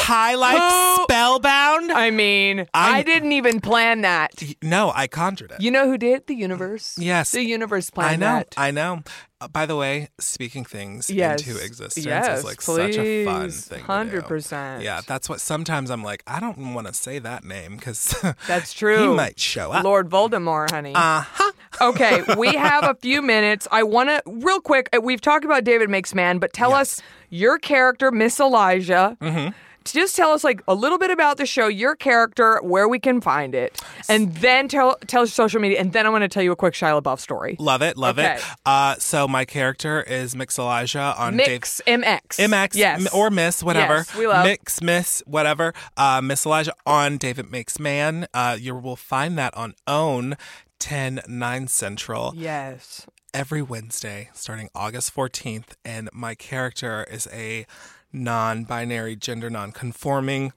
S3: high life
S2: Who-
S3: spellbound.
S2: I mean, I
S3: I'm-
S2: didn't even plan that.
S3: no, I conjured it.
S2: You know who did? The universe.
S3: Yes.
S2: The universe planned
S3: I know.
S2: that.
S3: I know. Uh, by the way, speaking things
S2: Yes.
S3: into existence
S2: Yes,
S3: is like such a fun
S2: please.
S3: thing. to do.
S2: 100%.
S3: Yeah, that's what sometimes I'm like. I don't want to say that name because
S2: That's true.
S3: He might show up.
S2: Lord Voldemort, honey.
S3: Uh huh.
S2: okay, we have a few minutes. I want to, real quick, uh, we've talked about David Makes Man, but tell us your character, Miss Elijah.
S3: Mm-hmm.
S2: Just tell us like a little bit about the show, your character, where we can find it, and then tell tell us social media, and then I'm going to tell you a quick Shia LaBeouf story.
S3: Love it, love
S2: Okay.
S3: it. Uh, so my character is Mix Elijah on
S2: Mix MX
S3: Dave, MX
S2: yes
S3: m- or Miss, whatever.
S2: Yes, we love.
S3: Mix, Miss, whatever. Uh, Miss Elijah on David Makes Man. Uh, you will find that on OWN. 10 9 central
S2: yes
S3: every Wednesday starting August 14th. And my character is a non binary, gender non conforming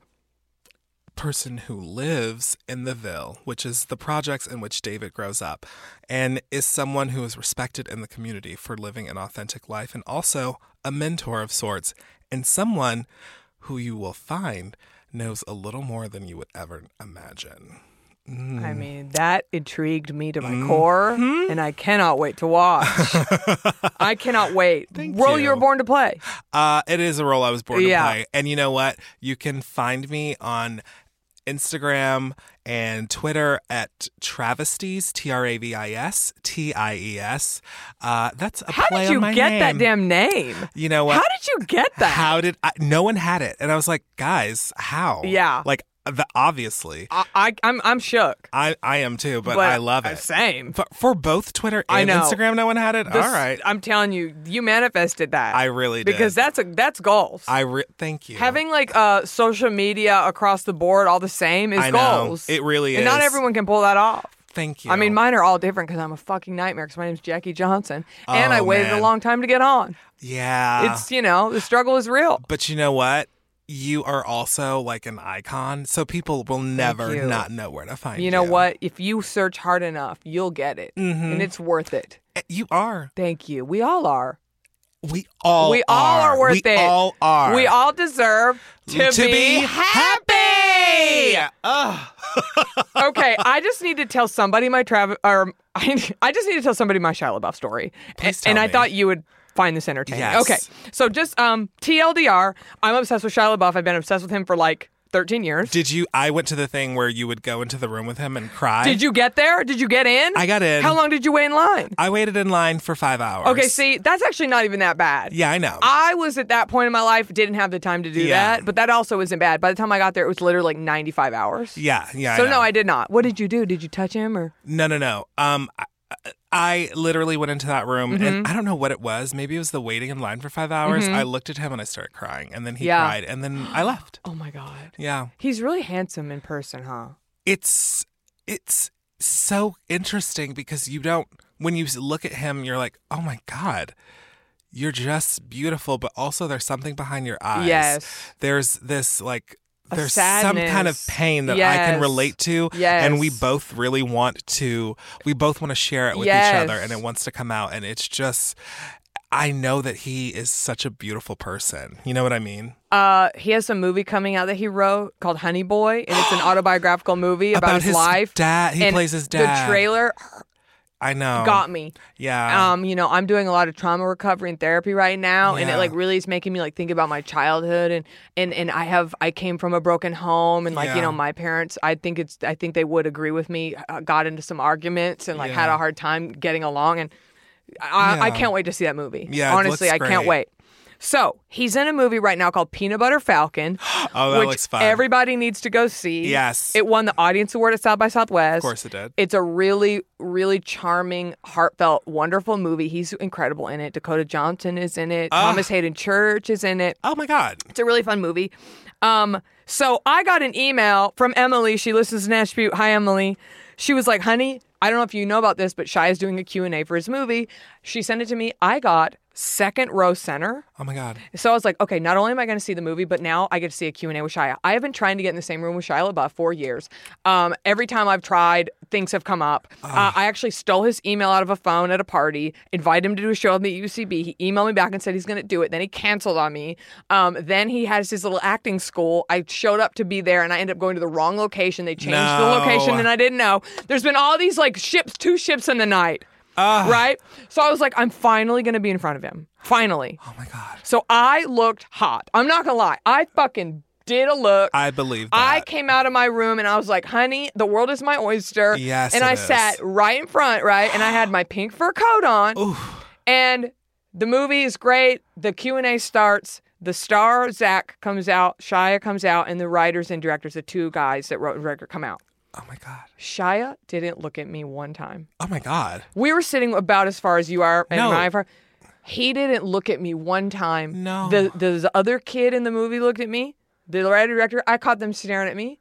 S3: person who lives in the Ville, which is the projects in which David grows up, and is someone who is respected in the community for living an authentic life and also a mentor of sorts and someone who you will find knows a little more than you would ever imagine. Mm.
S2: I mean, that intrigued me to my
S3: Mm-hmm.
S2: core, and I cannot wait to watch. I cannot wait. Roll
S3: you.
S2: you. are born to play.
S3: Uh, it is a role I was born
S2: Yeah.
S3: to play. And you know what? You can find me on Instagram and Twitter at Travesties, T R A V I S, T I E S. Uh, that's a
S2: How
S3: play
S2: did
S3: on
S2: you
S3: my
S2: get that
S3: name.
S2: damn name?
S3: You know what?
S2: How did you get that?
S3: How did I, no one had it? And I was like, guys, how?
S2: Yeah.
S3: Like, the, obviously.
S2: I, I I'm I'm shook.
S3: I, I am too, but,
S2: But
S3: I love it.
S2: same.
S3: For, for both Twitter
S2: I
S3: and
S2: know.
S3: Instagram, no one had it.
S2: This-
S3: All right.
S2: I'm telling you, you manifested that.
S3: I really did.
S2: because that's a that's goals.
S3: I re- thank you.
S2: Having like uh social media across the board all the same is
S3: I know.
S2: goals.
S3: It really
S2: and not
S3: is.
S2: everyone can pull that off.
S3: thank you.
S2: I mean, mine are all different because I'm a fucking nightmare. Because my name's Jackie Johnson, and
S3: Oh,
S2: I waited
S3: man. Ah.
S2: a long time to get on.
S3: yeah.
S2: it's you know the struggle is real.
S3: But you know what? You are also like an icon, so people will never
S2: you.
S3: not know where to find you.
S2: You know what? If you search hard enough, you'll get it,
S3: Mm-hmm.
S2: and it's worth it.
S3: Eh, You are.
S2: Thank you. We all are.
S3: We all.
S2: we all are, worth
S3: we
S2: it.
S3: We all are.
S2: We all deserve to,
S3: To be Oh.
S2: happy. okay, I just need to tell somebody my travel. Or I, I just need to tell somebody my Shia LaBeouf story. A-
S3: Please
S2: and
S3: tell
S2: I
S3: me.
S2: thought you would find this entertaining.
S3: Yes.
S2: Okay, so just um TLDR, I'm obsessed with Shia LaBeouf. I've been obsessed with him for like 13 years.
S3: Did you? I went to the thing where you would go into the room with him and cry.
S2: Did you get there? Did you get in?
S3: I got in.
S2: How long did you wait in line?
S3: I waited in line for five hours.
S2: Okay, see, that's actually not even that bad.
S3: Yeah, I know.
S2: I was at that point in my life, didn't have the time to do
S3: Yeah.
S2: that, but that also isn't bad. By the time I got there, it was literally like 95 hours.
S3: yeah, yeah.
S2: So,
S3: I know.
S2: no, I did not. What did you do? Did you touch him or?
S3: No, no, no. Um, I, I literally went into that room, and I don't know what it was. Maybe it was the waiting in line for five hours. I looked at him and I started crying, and then he
S2: Yeah.
S3: cried, and then I left.
S2: Oh my God.
S3: Yeah,
S2: He's really handsome in person, huh?
S3: it's it's so interesting because you don't when you look at him, you're like, oh my god. You're just beautiful, but also there's something behind your eyes.
S2: Yes.
S3: There's this like
S2: A
S3: there's some kind of
S2: sadness.
S3: pain that I
S2: Yes.
S3: can relate to. And we
S2: Yes.
S3: both really want to we both want to share it with each other
S2: Yes.
S3: and it wants to come out. And it's just I know that he is such a beautiful person. You know what I mean?
S2: Uh, he has a movie coming out that he wrote called Honey Boy, and it's an autobiographical movie about,
S3: About his
S2: life.
S3: dad. He
S2: And
S3: plays his dad. Oh.
S2: The trailer
S3: I know.
S2: got me.
S3: Yeah.
S2: Um, you know, I'm doing a lot of trauma recovery and therapy right now, and
S3: Yeah.
S2: it like really is making me like think about my childhood and and and I have I came from a broken home, and like
S3: Yeah.
S2: you know my parents, I think it's I think they would agree with me. Uh, got into some arguments and like had
S3: Yeah.
S2: a hard time getting along, and I, I
S3: Yeah.
S2: can't wait to see that movie.
S3: Yeah, it
S2: honestly, I
S3: looks
S2: can't
S3: great.
S2: wait. So he's in a movie right now called Peanut Butter Falcon,
S3: oh, that
S2: which
S3: looks fun.
S2: everybody needs to go see.
S3: Yes.
S2: it won the Audience Award at South by Southwest. Of
S3: course it did.
S2: It's a really, really charming, heartfelt, wonderful movie. He's incredible in it. Dakota Johnson is in it. Thomas Hayden Church is in it.
S3: Oh my God.
S2: It's a really fun movie. Um, so I got an email from Emily. She listens to Nash Butte. Hi, Emily. She was like, honey, I don't know if you know about this, but Shai is doing a Q&A for his movie. She sent it to me. I got second row center.
S3: Oh my God.
S2: So I was like, okay, not only am I going to see the movie, but now I get to see a Q&A with Shia. I have been trying to get in the same room with Shia LaBeouf for years. Um, every time I've tried, things have come up. Uh, I actually stole his email out of a phone at a party, invited him to do a show at the UCB. He emailed me back and said he's going to do it. Then he canceled on me. Um, then he has his little acting school. I showed up to be there, and I ended up going to the wrong location. They changed the
S3: No.
S2: location, and I didn't know. There's been all these like ships, two ships in the night. Right? So I was like, I'm finally going to be in front of him. Finally.
S3: Oh my God.
S2: So I looked hot. I'm not gonna lie. I fucking did a look.
S3: I believe that.
S2: I came out of my room and I was like, honey, the world is my oyster.
S3: Yes,
S2: And
S3: it
S2: I
S3: is.
S2: sat right in front, right? And I had my pink fur coat on. And the movie is great. The Q&A starts. The star, Zach, comes out. Shia comes out. And the writers and directors, the two guys that wrote and directed, come out.
S3: Oh my God.
S2: Shia didn't look at me one time.
S3: Oh my God.
S2: We were sitting about as far as you are and
S3: No.
S2: my far. He didn't look at me one time.
S3: No.
S2: The, the other kid in the movie looked at me. The writer director, I caught
S3: Ah.
S2: them staring at me.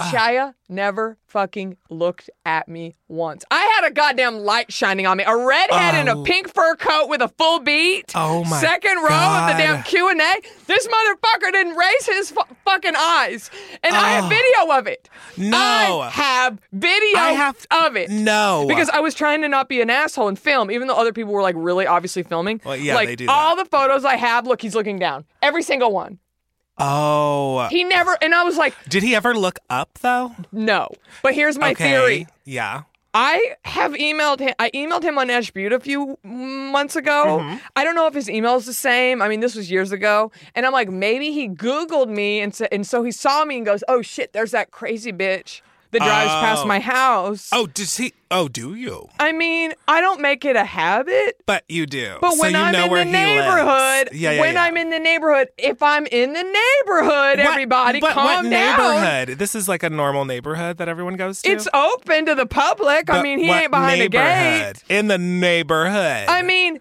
S2: Shia never fucking looked at me once. I had a goddamn light shining on me. A redhead in a
S3: Oh.
S2: pink fur coat with a full beat.
S3: Oh, my
S2: Second row of the damn
S3: God.
S2: Q and A. This motherfucker didn't raise his fu- fucking eyes, and I have video of it.
S3: Ah. No.
S2: I have video
S3: I have-
S2: of it.
S3: No.
S2: because I was trying to not be an asshole and film, even though other people were like really obviously filming.
S3: Well, yeah,
S2: like
S3: they do that.
S2: all the photos I have. Look, he's looking down. Every single one.
S3: Oh.
S2: He never. And I was like,
S3: Did he ever look up though?
S2: no. But here's my theory.
S3: Yeah.
S2: I have emailed him. I emailed him on Ash Butte a few months ago.
S3: Mm-hmm.
S2: I don't know if his email is the same. I mean, this was years ago, and I'm like, maybe he Googled me, and so, and so he saw me and goes, "Oh shit, there's that crazy bitch that drives past
S3: Oh.
S2: my house."
S3: Oh, does he? Oh, do you?
S2: I mean, I don't make it a habit.
S3: But you do.
S2: But
S3: So
S2: when
S3: you
S2: I'm
S3: know
S2: in
S3: where
S2: the
S3: he
S2: neighborhood,
S3: lives. yeah, yeah,
S2: when
S3: yeah.
S2: I'm in the neighborhood, if I'm in the neighborhood,
S3: What-
S2: everybody
S3: but
S2: calm down.
S3: what neighborhood? This is like a normal neighborhood that everyone goes to.
S2: It's open to the public. I
S3: But
S2: mean, he
S3: what
S2: ain't behind a gate.
S3: neighborhood? In the neighborhood.
S2: I mean,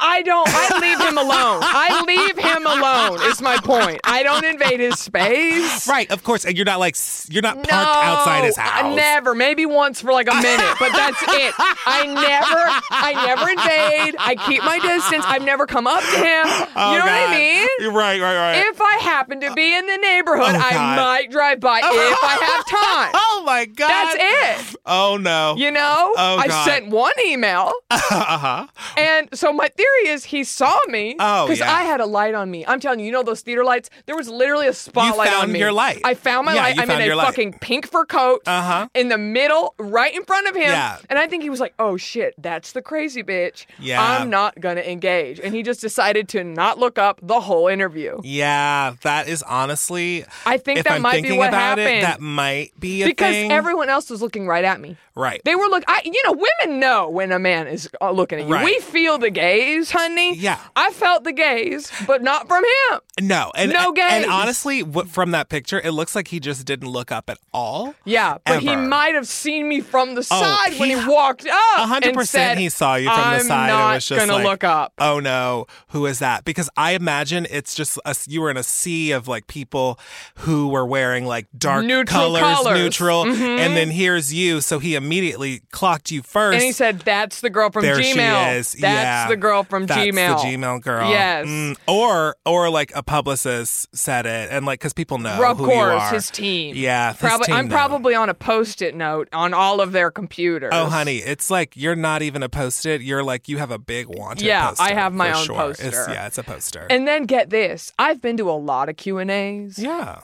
S2: I don't. I leave him alone. I leave him alone. Is my point. I don't invade his space.
S3: right, of course. And you're not like s- you're not parked
S2: No,
S3: outside his
S2: I
S3: house.
S2: never. Maybe once for like a minute, but that's it. I never. I never invade. I keep my distance. I've never come up to him.
S3: Oh,
S2: you know what
S3: God.
S2: I mean?
S3: You're Right, right, right.
S2: If I happen to be in the neighborhood,
S3: Oh,
S2: I
S3: God.
S2: might drive by if I have time.
S3: oh my God.
S2: That's it.
S3: Oh no.
S2: You know,
S3: Oh,
S2: I
S3: God.
S2: sent one email. Uh
S3: Uh-huh.
S2: huh. And so my theory is he saw me
S3: Oh,
S2: because
S3: yeah.
S2: I had a light on me. I'm telling you, you know those theater lights. There was literally a spotlight on
S3: found
S2: me.
S3: your light.
S2: I found my
S3: Yeah,
S2: light.
S3: you
S2: I'm
S3: found
S2: in a
S3: your light.
S2: fucking pink fur coat
S3: Uh-huh.
S2: in the middle, right in front of him.
S3: Yeah.
S2: And I think he was like, "Oh shit, that's the crazy bitch.
S3: Yeah.
S2: I'm not gonna engage." And he just decided to not look up the whole interview.
S3: Yeah, that is honestly.
S2: I think
S3: if
S2: that
S3: I'm
S2: might be
S3: thinking
S2: what
S3: about It,
S2: happened.
S3: that might be a
S2: Because
S3: thing.
S2: everyone else was looking right at me.
S3: Right.
S2: They were look. I, you know, women know when a man is uh, looking at you.
S3: Right.
S2: We feel the gaze, honey.
S3: Yeah.
S2: I felt the gaze, but not from him.
S3: No, and
S2: No
S3: And
S2: gaze.
S3: honestly, what, from that picture, it looks like he just didn't look up at all.
S2: Yeah, but he
S3: Ever. Oh,
S2: might have seen me from the side when he
S3: he-
S2: walked up.
S3: A hundred
S2: and
S3: percent,
S2: said,
S3: he saw you from
S2: I'm
S3: the side.
S2: Not
S3: and was just
S2: gonna
S3: like,
S2: look up.
S3: Oh no, who is that? Because I imagine it's just a, you were in a sea of like people who were wearing like dark
S2: Neutral
S3: colors,
S2: colors. Mm-hmm.
S3: neutral, and then here's you. So he immediately clocked you first.
S2: And he said, "That's the girl from
S3: there
S2: Gmail.
S3: she is.
S2: That's
S3: yeah.
S2: the girl from
S3: That's
S2: Gmail.
S3: The Gmail girl.
S2: Yes.
S3: Mm. Or or like a publicist said it, and like because people know
S2: Of
S3: who you
S2: course,
S3: are.
S2: his team.
S3: Yeah, his
S2: probably.
S3: team
S2: I'm
S3: know.
S2: probably on a post-it note on all of their computers.
S3: Oh, honey, it's like you're not even a post-it. You're like you have a big wanted.
S2: Yeah,
S3: poster,
S2: I have my
S3: for
S2: own
S3: sure. It's,
S2: poster.
S3: yeah, it's a poster.
S2: And then get this: I've been to a lot of Q and A's.
S3: yeah,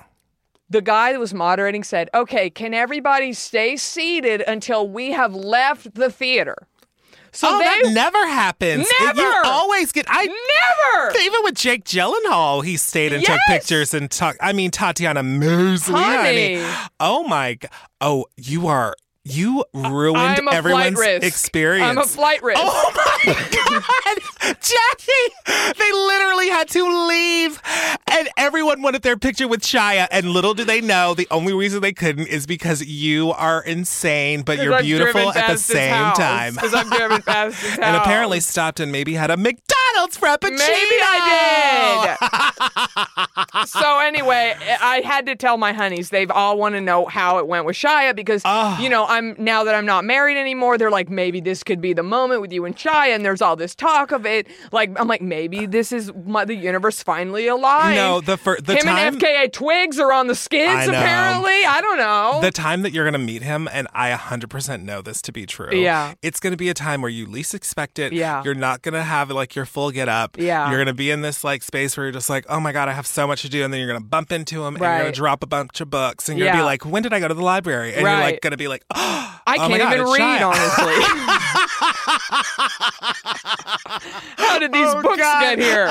S2: the guy that was moderating said, "Okay, can everybody stay seated until we have left the theater?" So
S3: oh,
S2: they
S3: that never happens. It- you
S2: Never!
S3: always get. I
S2: never.
S3: even with Jake Gyllenhaal, he stayed and took
S2: Yes!
S3: pictures and talked. I mean, Tatiana
S2: Honey.
S3: Maslany. Oh my. g- Oh, you are. You ruined
S2: I'm a
S3: everyone's
S2: flight risk.
S3: experience.
S2: I'm a flight risk.
S3: Oh my God, Jackie! They literally had to leave, and everyone wanted their picture with Shia. And little do they know, the only reason they couldn't is because you are insane, but you're beautiful at the same time.
S2: Because I'm driven fast as hell.
S3: And apparently stopped and maybe had a McDonald's frappuccino.
S2: Maybe I did. so anyway, I had to tell my honeys. They've all want to know how it went with Shia because
S3: Ah.
S2: you know I'm now that I'm not married anymore. They're like, maybe this could be the moment with you and Shia, and there's all this talk of it. Like I'm like, maybe this is my, the universe finally aligned.
S3: No, the fir- the
S2: him
S3: time-
S2: and FKA Twigs are on the
S3: I
S2: skids.
S3: know.
S2: Apparently, I don't know.
S3: The time that you're going to meet him, and I 100% know this to be true.
S2: Yeah.
S3: It's going to be a time where you least expect it.
S2: Yeah.
S3: You're not going to have like your full get up.
S2: Yeah.
S3: You're going to be in this like space where you're just like, oh my God, I have so much to do. And then you're going to bump into him and you're going
S2: Right.
S3: to drop a bunch of books and you're going to
S2: Yeah.
S3: be like, when did I go to the library? And you're
S2: Right.
S3: like, going to be like, oh,
S2: I
S3: oh my
S2: can't
S3: God,
S2: even
S3: it's
S2: read,
S3: Shia.
S2: honestly. How did these
S3: Oh,
S2: books
S3: God.
S2: get here?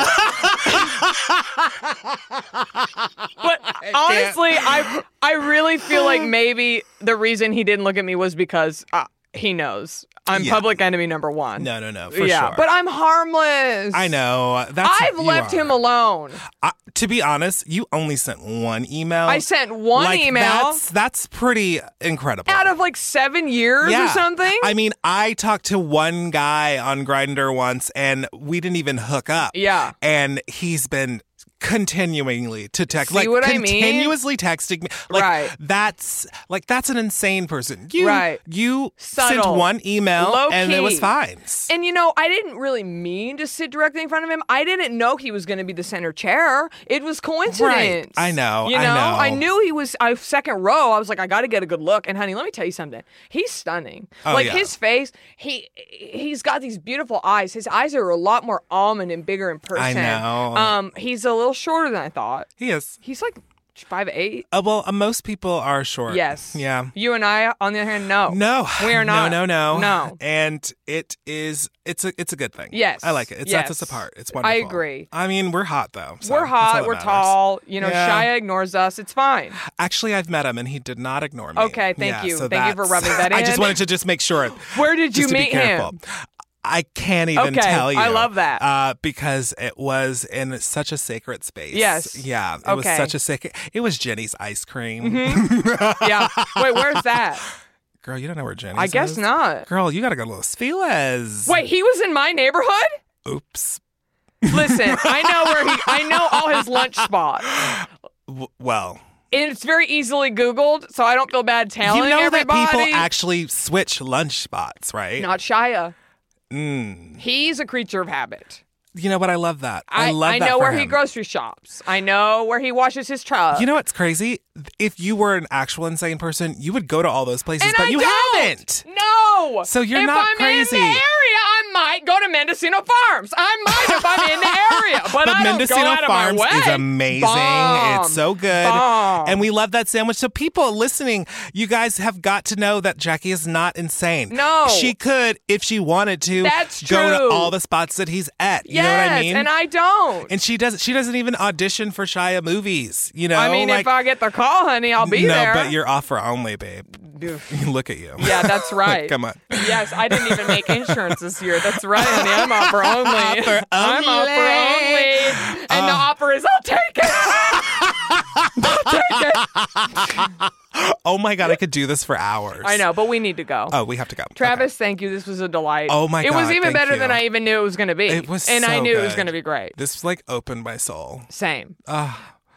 S2: but honestly, I I really feel like maybe the reason he didn't look at me was because uh, he knows I'm
S3: Yeah.
S2: public enemy number one.
S3: No, no, no, for
S2: yeah,
S3: sure.
S2: but I'm harmless.
S3: I know. That's
S2: I've
S3: you
S2: left
S3: are. Oh.
S2: him alone.
S3: I, to be honest, you only sent one email.
S2: I sent one
S3: Like,
S2: email
S3: That's, that's pretty incredible.
S2: out of like seven years or something.
S3: I mean, I talked to one guy on Grinder once, and we didn't even hook up.
S2: Yeah.
S3: and he's been continually to text
S2: See
S3: like
S2: what I mean?
S3: continuously texting me like
S2: Right.
S3: that's like that's an insane person you
S2: Right.
S3: you
S2: Subtle.
S3: sent one email
S2: Low
S3: and it was
S2: key.
S3: fine
S2: And you know, I didn't really mean to sit directly in front of him. I didn't know he was going to be the center chair. It was coincidence.
S3: I know,
S2: You
S3: I
S2: know,
S3: know.
S2: I knew he was I second row. I was like, I got to get a good look. And honey, let me tell you something. He's stunning.
S3: Oh,
S2: like
S3: yeah.
S2: his face. He he's got these beautiful eyes. His eyes are a lot more almond and bigger in person.
S3: know.
S2: Um, he's a little shorter than I thought.
S3: he is
S2: He's like five eight.
S3: uh, well uh, most people are short
S2: Yes.
S3: yeah
S2: You and I, on the other hand, no.
S3: no
S2: Oh. We are not.
S3: no no no
S2: No.
S3: and it is it's a it's a good thing
S2: Yes.
S3: i like it it sets us
S2: Yes.
S3: apart it's
S2: I
S3: wonderful
S2: agree.
S3: i mean we're hot though so
S2: we're
S3: that's all
S2: hot.
S3: that
S2: We're
S3: matters.
S2: tall. You know,
S3: Yeah.
S2: Shia ignores us. It's fine.
S3: Actually, I've met him and he did not ignore me.
S2: Okay, thank you. Thank you for
S3: that's-
S2: rubbing that
S3: I
S2: in.
S3: just wanted to just make sure.
S2: Where did you
S3: just to
S2: meet
S3: be careful.
S2: him?
S3: I can't even
S2: Okay,
S3: tell you.
S2: I love that.
S3: uh, because it was in such a sacred space.
S2: Yes.
S3: Yeah. It was
S2: Okay. Mm-hmm.
S3: such a sacred. It was Jenny's ice cream.
S2: Yeah. Wait, where's that?
S3: Girl, you don't know where Jenny's.
S2: I guess
S3: is?
S2: not.
S3: Girl, you gotta go to Los Feliz.
S2: Wait, he was in my neighborhood?
S3: Oops.
S2: Listen, I know where he I know all his lunch spots.
S3: W- well,
S2: And it's very easily Googled, so I don't feel bad telling
S3: you know
S2: everybody.
S3: that people actually switch lunch spots, right?
S2: not Shia.
S3: Mm.
S2: He's a creature of habit.
S3: You know what? I love that. I, love
S2: I
S3: that.
S2: know
S3: for
S2: where he
S3: him.
S2: grocery shops. I know where he washes his truck.
S3: You know what's crazy? If you were an actual insane person, you would go to all those places,
S2: and
S3: but
S2: I
S3: you
S2: don't.
S3: haven't.
S2: No.
S3: So you're
S2: if
S3: not
S2: I'm
S3: crazy.
S2: in the area, I might go to Mendocino Farms. I might if I'm in the area, but, I don't
S3: Mendocino
S2: go out
S3: Farms
S2: of my way.
S3: is amazing.
S2: Bomb.
S3: It's so good.
S2: Bomb.
S3: And we love that sandwich. So, people listening, you guys have got to know that Jackie is not insane.
S2: No.
S3: She could, if she wanted to,
S2: That's
S3: go
S2: true.
S3: to all the spots that he's at. You
S2: yes,
S3: know what I mean?
S2: and I don't.
S3: And she doesn't. She doesn't even audition for Shia movies. You know,
S2: I mean,
S3: like,
S2: if I get the call, honey, I'll be
S3: no,
S2: there.
S3: but you're offer only, babe. Look at you.
S2: yeah, that's right.
S3: Come on.
S2: Yes, I didn't even make insurance this year. That's right, honey. I'm offer only.
S3: Offer
S2: I'm offer only. And the offer is I'll take it.
S3: Oh my god, I could do this for hours.
S2: I know, but we need to go.
S3: Oh, we have to go.
S2: Travis, thank you. This was a delight.
S3: Oh my
S2: It was
S3: God,
S2: even
S3: thank
S2: better
S3: you.
S2: than I even knew it was going to be.
S3: Okay. It was
S2: and I
S3: so
S2: knew it was
S3: good.
S2: going to be great.
S3: This Ah. like opened my soul.
S2: Same.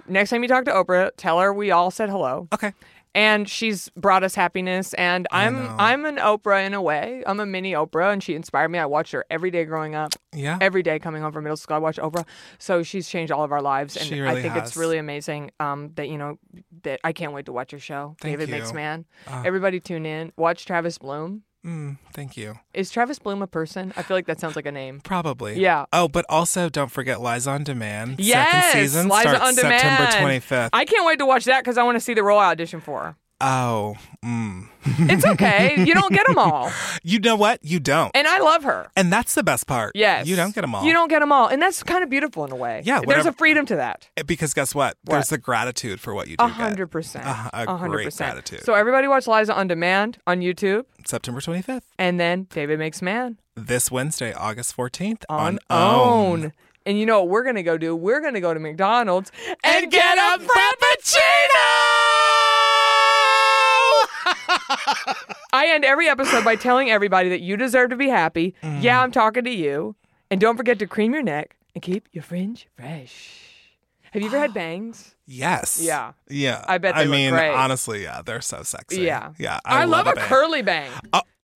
S2: Next time you talk to Oprah, tell her we all said hello.
S3: Okay.
S2: And she's brought us happiness. And I'm I'm an Oprah in a way. I'm a mini Oprah, and she inspired me. I watched her every day growing up.
S3: Yeah.
S2: Every day coming home from middle school, I watched Oprah. So she's changed all of our lives, and
S3: She
S2: I
S3: really
S2: think it's
S3: has.
S2: really amazing um, that you know that I can't wait to watch your show,
S3: Thank
S2: David
S3: you. Ah.
S2: Makes Man. Everybody tune in. Watch Travis Bloom.
S3: Mm, thank you.
S2: Is Travis Bloom a person? I feel like that sounds like a name.
S3: Probably.
S2: Yeah.
S3: Oh, but also don't forget Lies on Demand.
S2: Yes,
S3: Second season
S2: Liza
S3: starts
S2: on demand.
S3: September 25th.
S2: I can't wait to watch that because I want to see the role I audition for. her.
S3: oh. Mm.
S2: It's okay. you don't get them all.
S3: You know what? You don't.
S2: And I love her.
S3: And that's the best part.
S2: Yes.
S3: You don't get them all.
S2: You don't get them all. And that's kind of beautiful in a way.
S3: Yeah,
S2: There's
S3: whatever-
S2: a freedom to that.
S3: Because guess what? There's the gratitude for what you do.
S2: A
S3: get.
S2: hundred percent.
S3: A- a
S2: hundred
S3: great
S2: percent.
S3: gratitude.
S2: So everybody watch Liza on Demand on YouTube
S3: September 25th.
S2: and then David Makes Man
S3: This Wednesday, August 14th
S2: on,
S3: on,
S2: Own. And you know what we're going to go do? We're going to go to McDonald's and, get a Frappuccino! I end every episode by telling everybody that you deserve to be happy. Yeah, I'm talking to you. And don't forget to cream your neck and keep your fringe fresh. Have you ever had bangs?
S3: Yes.
S2: Yeah.
S3: Yeah.
S2: I bet they
S3: I
S2: look
S3: mean,
S2: great.
S3: honestly, yeah, they're so sexy.
S2: Yeah.
S3: Yeah.
S2: I, love, a
S3: bang.
S2: curly bang.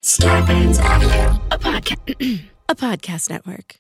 S1: Scarpins Avenue.
S8: a podcast network.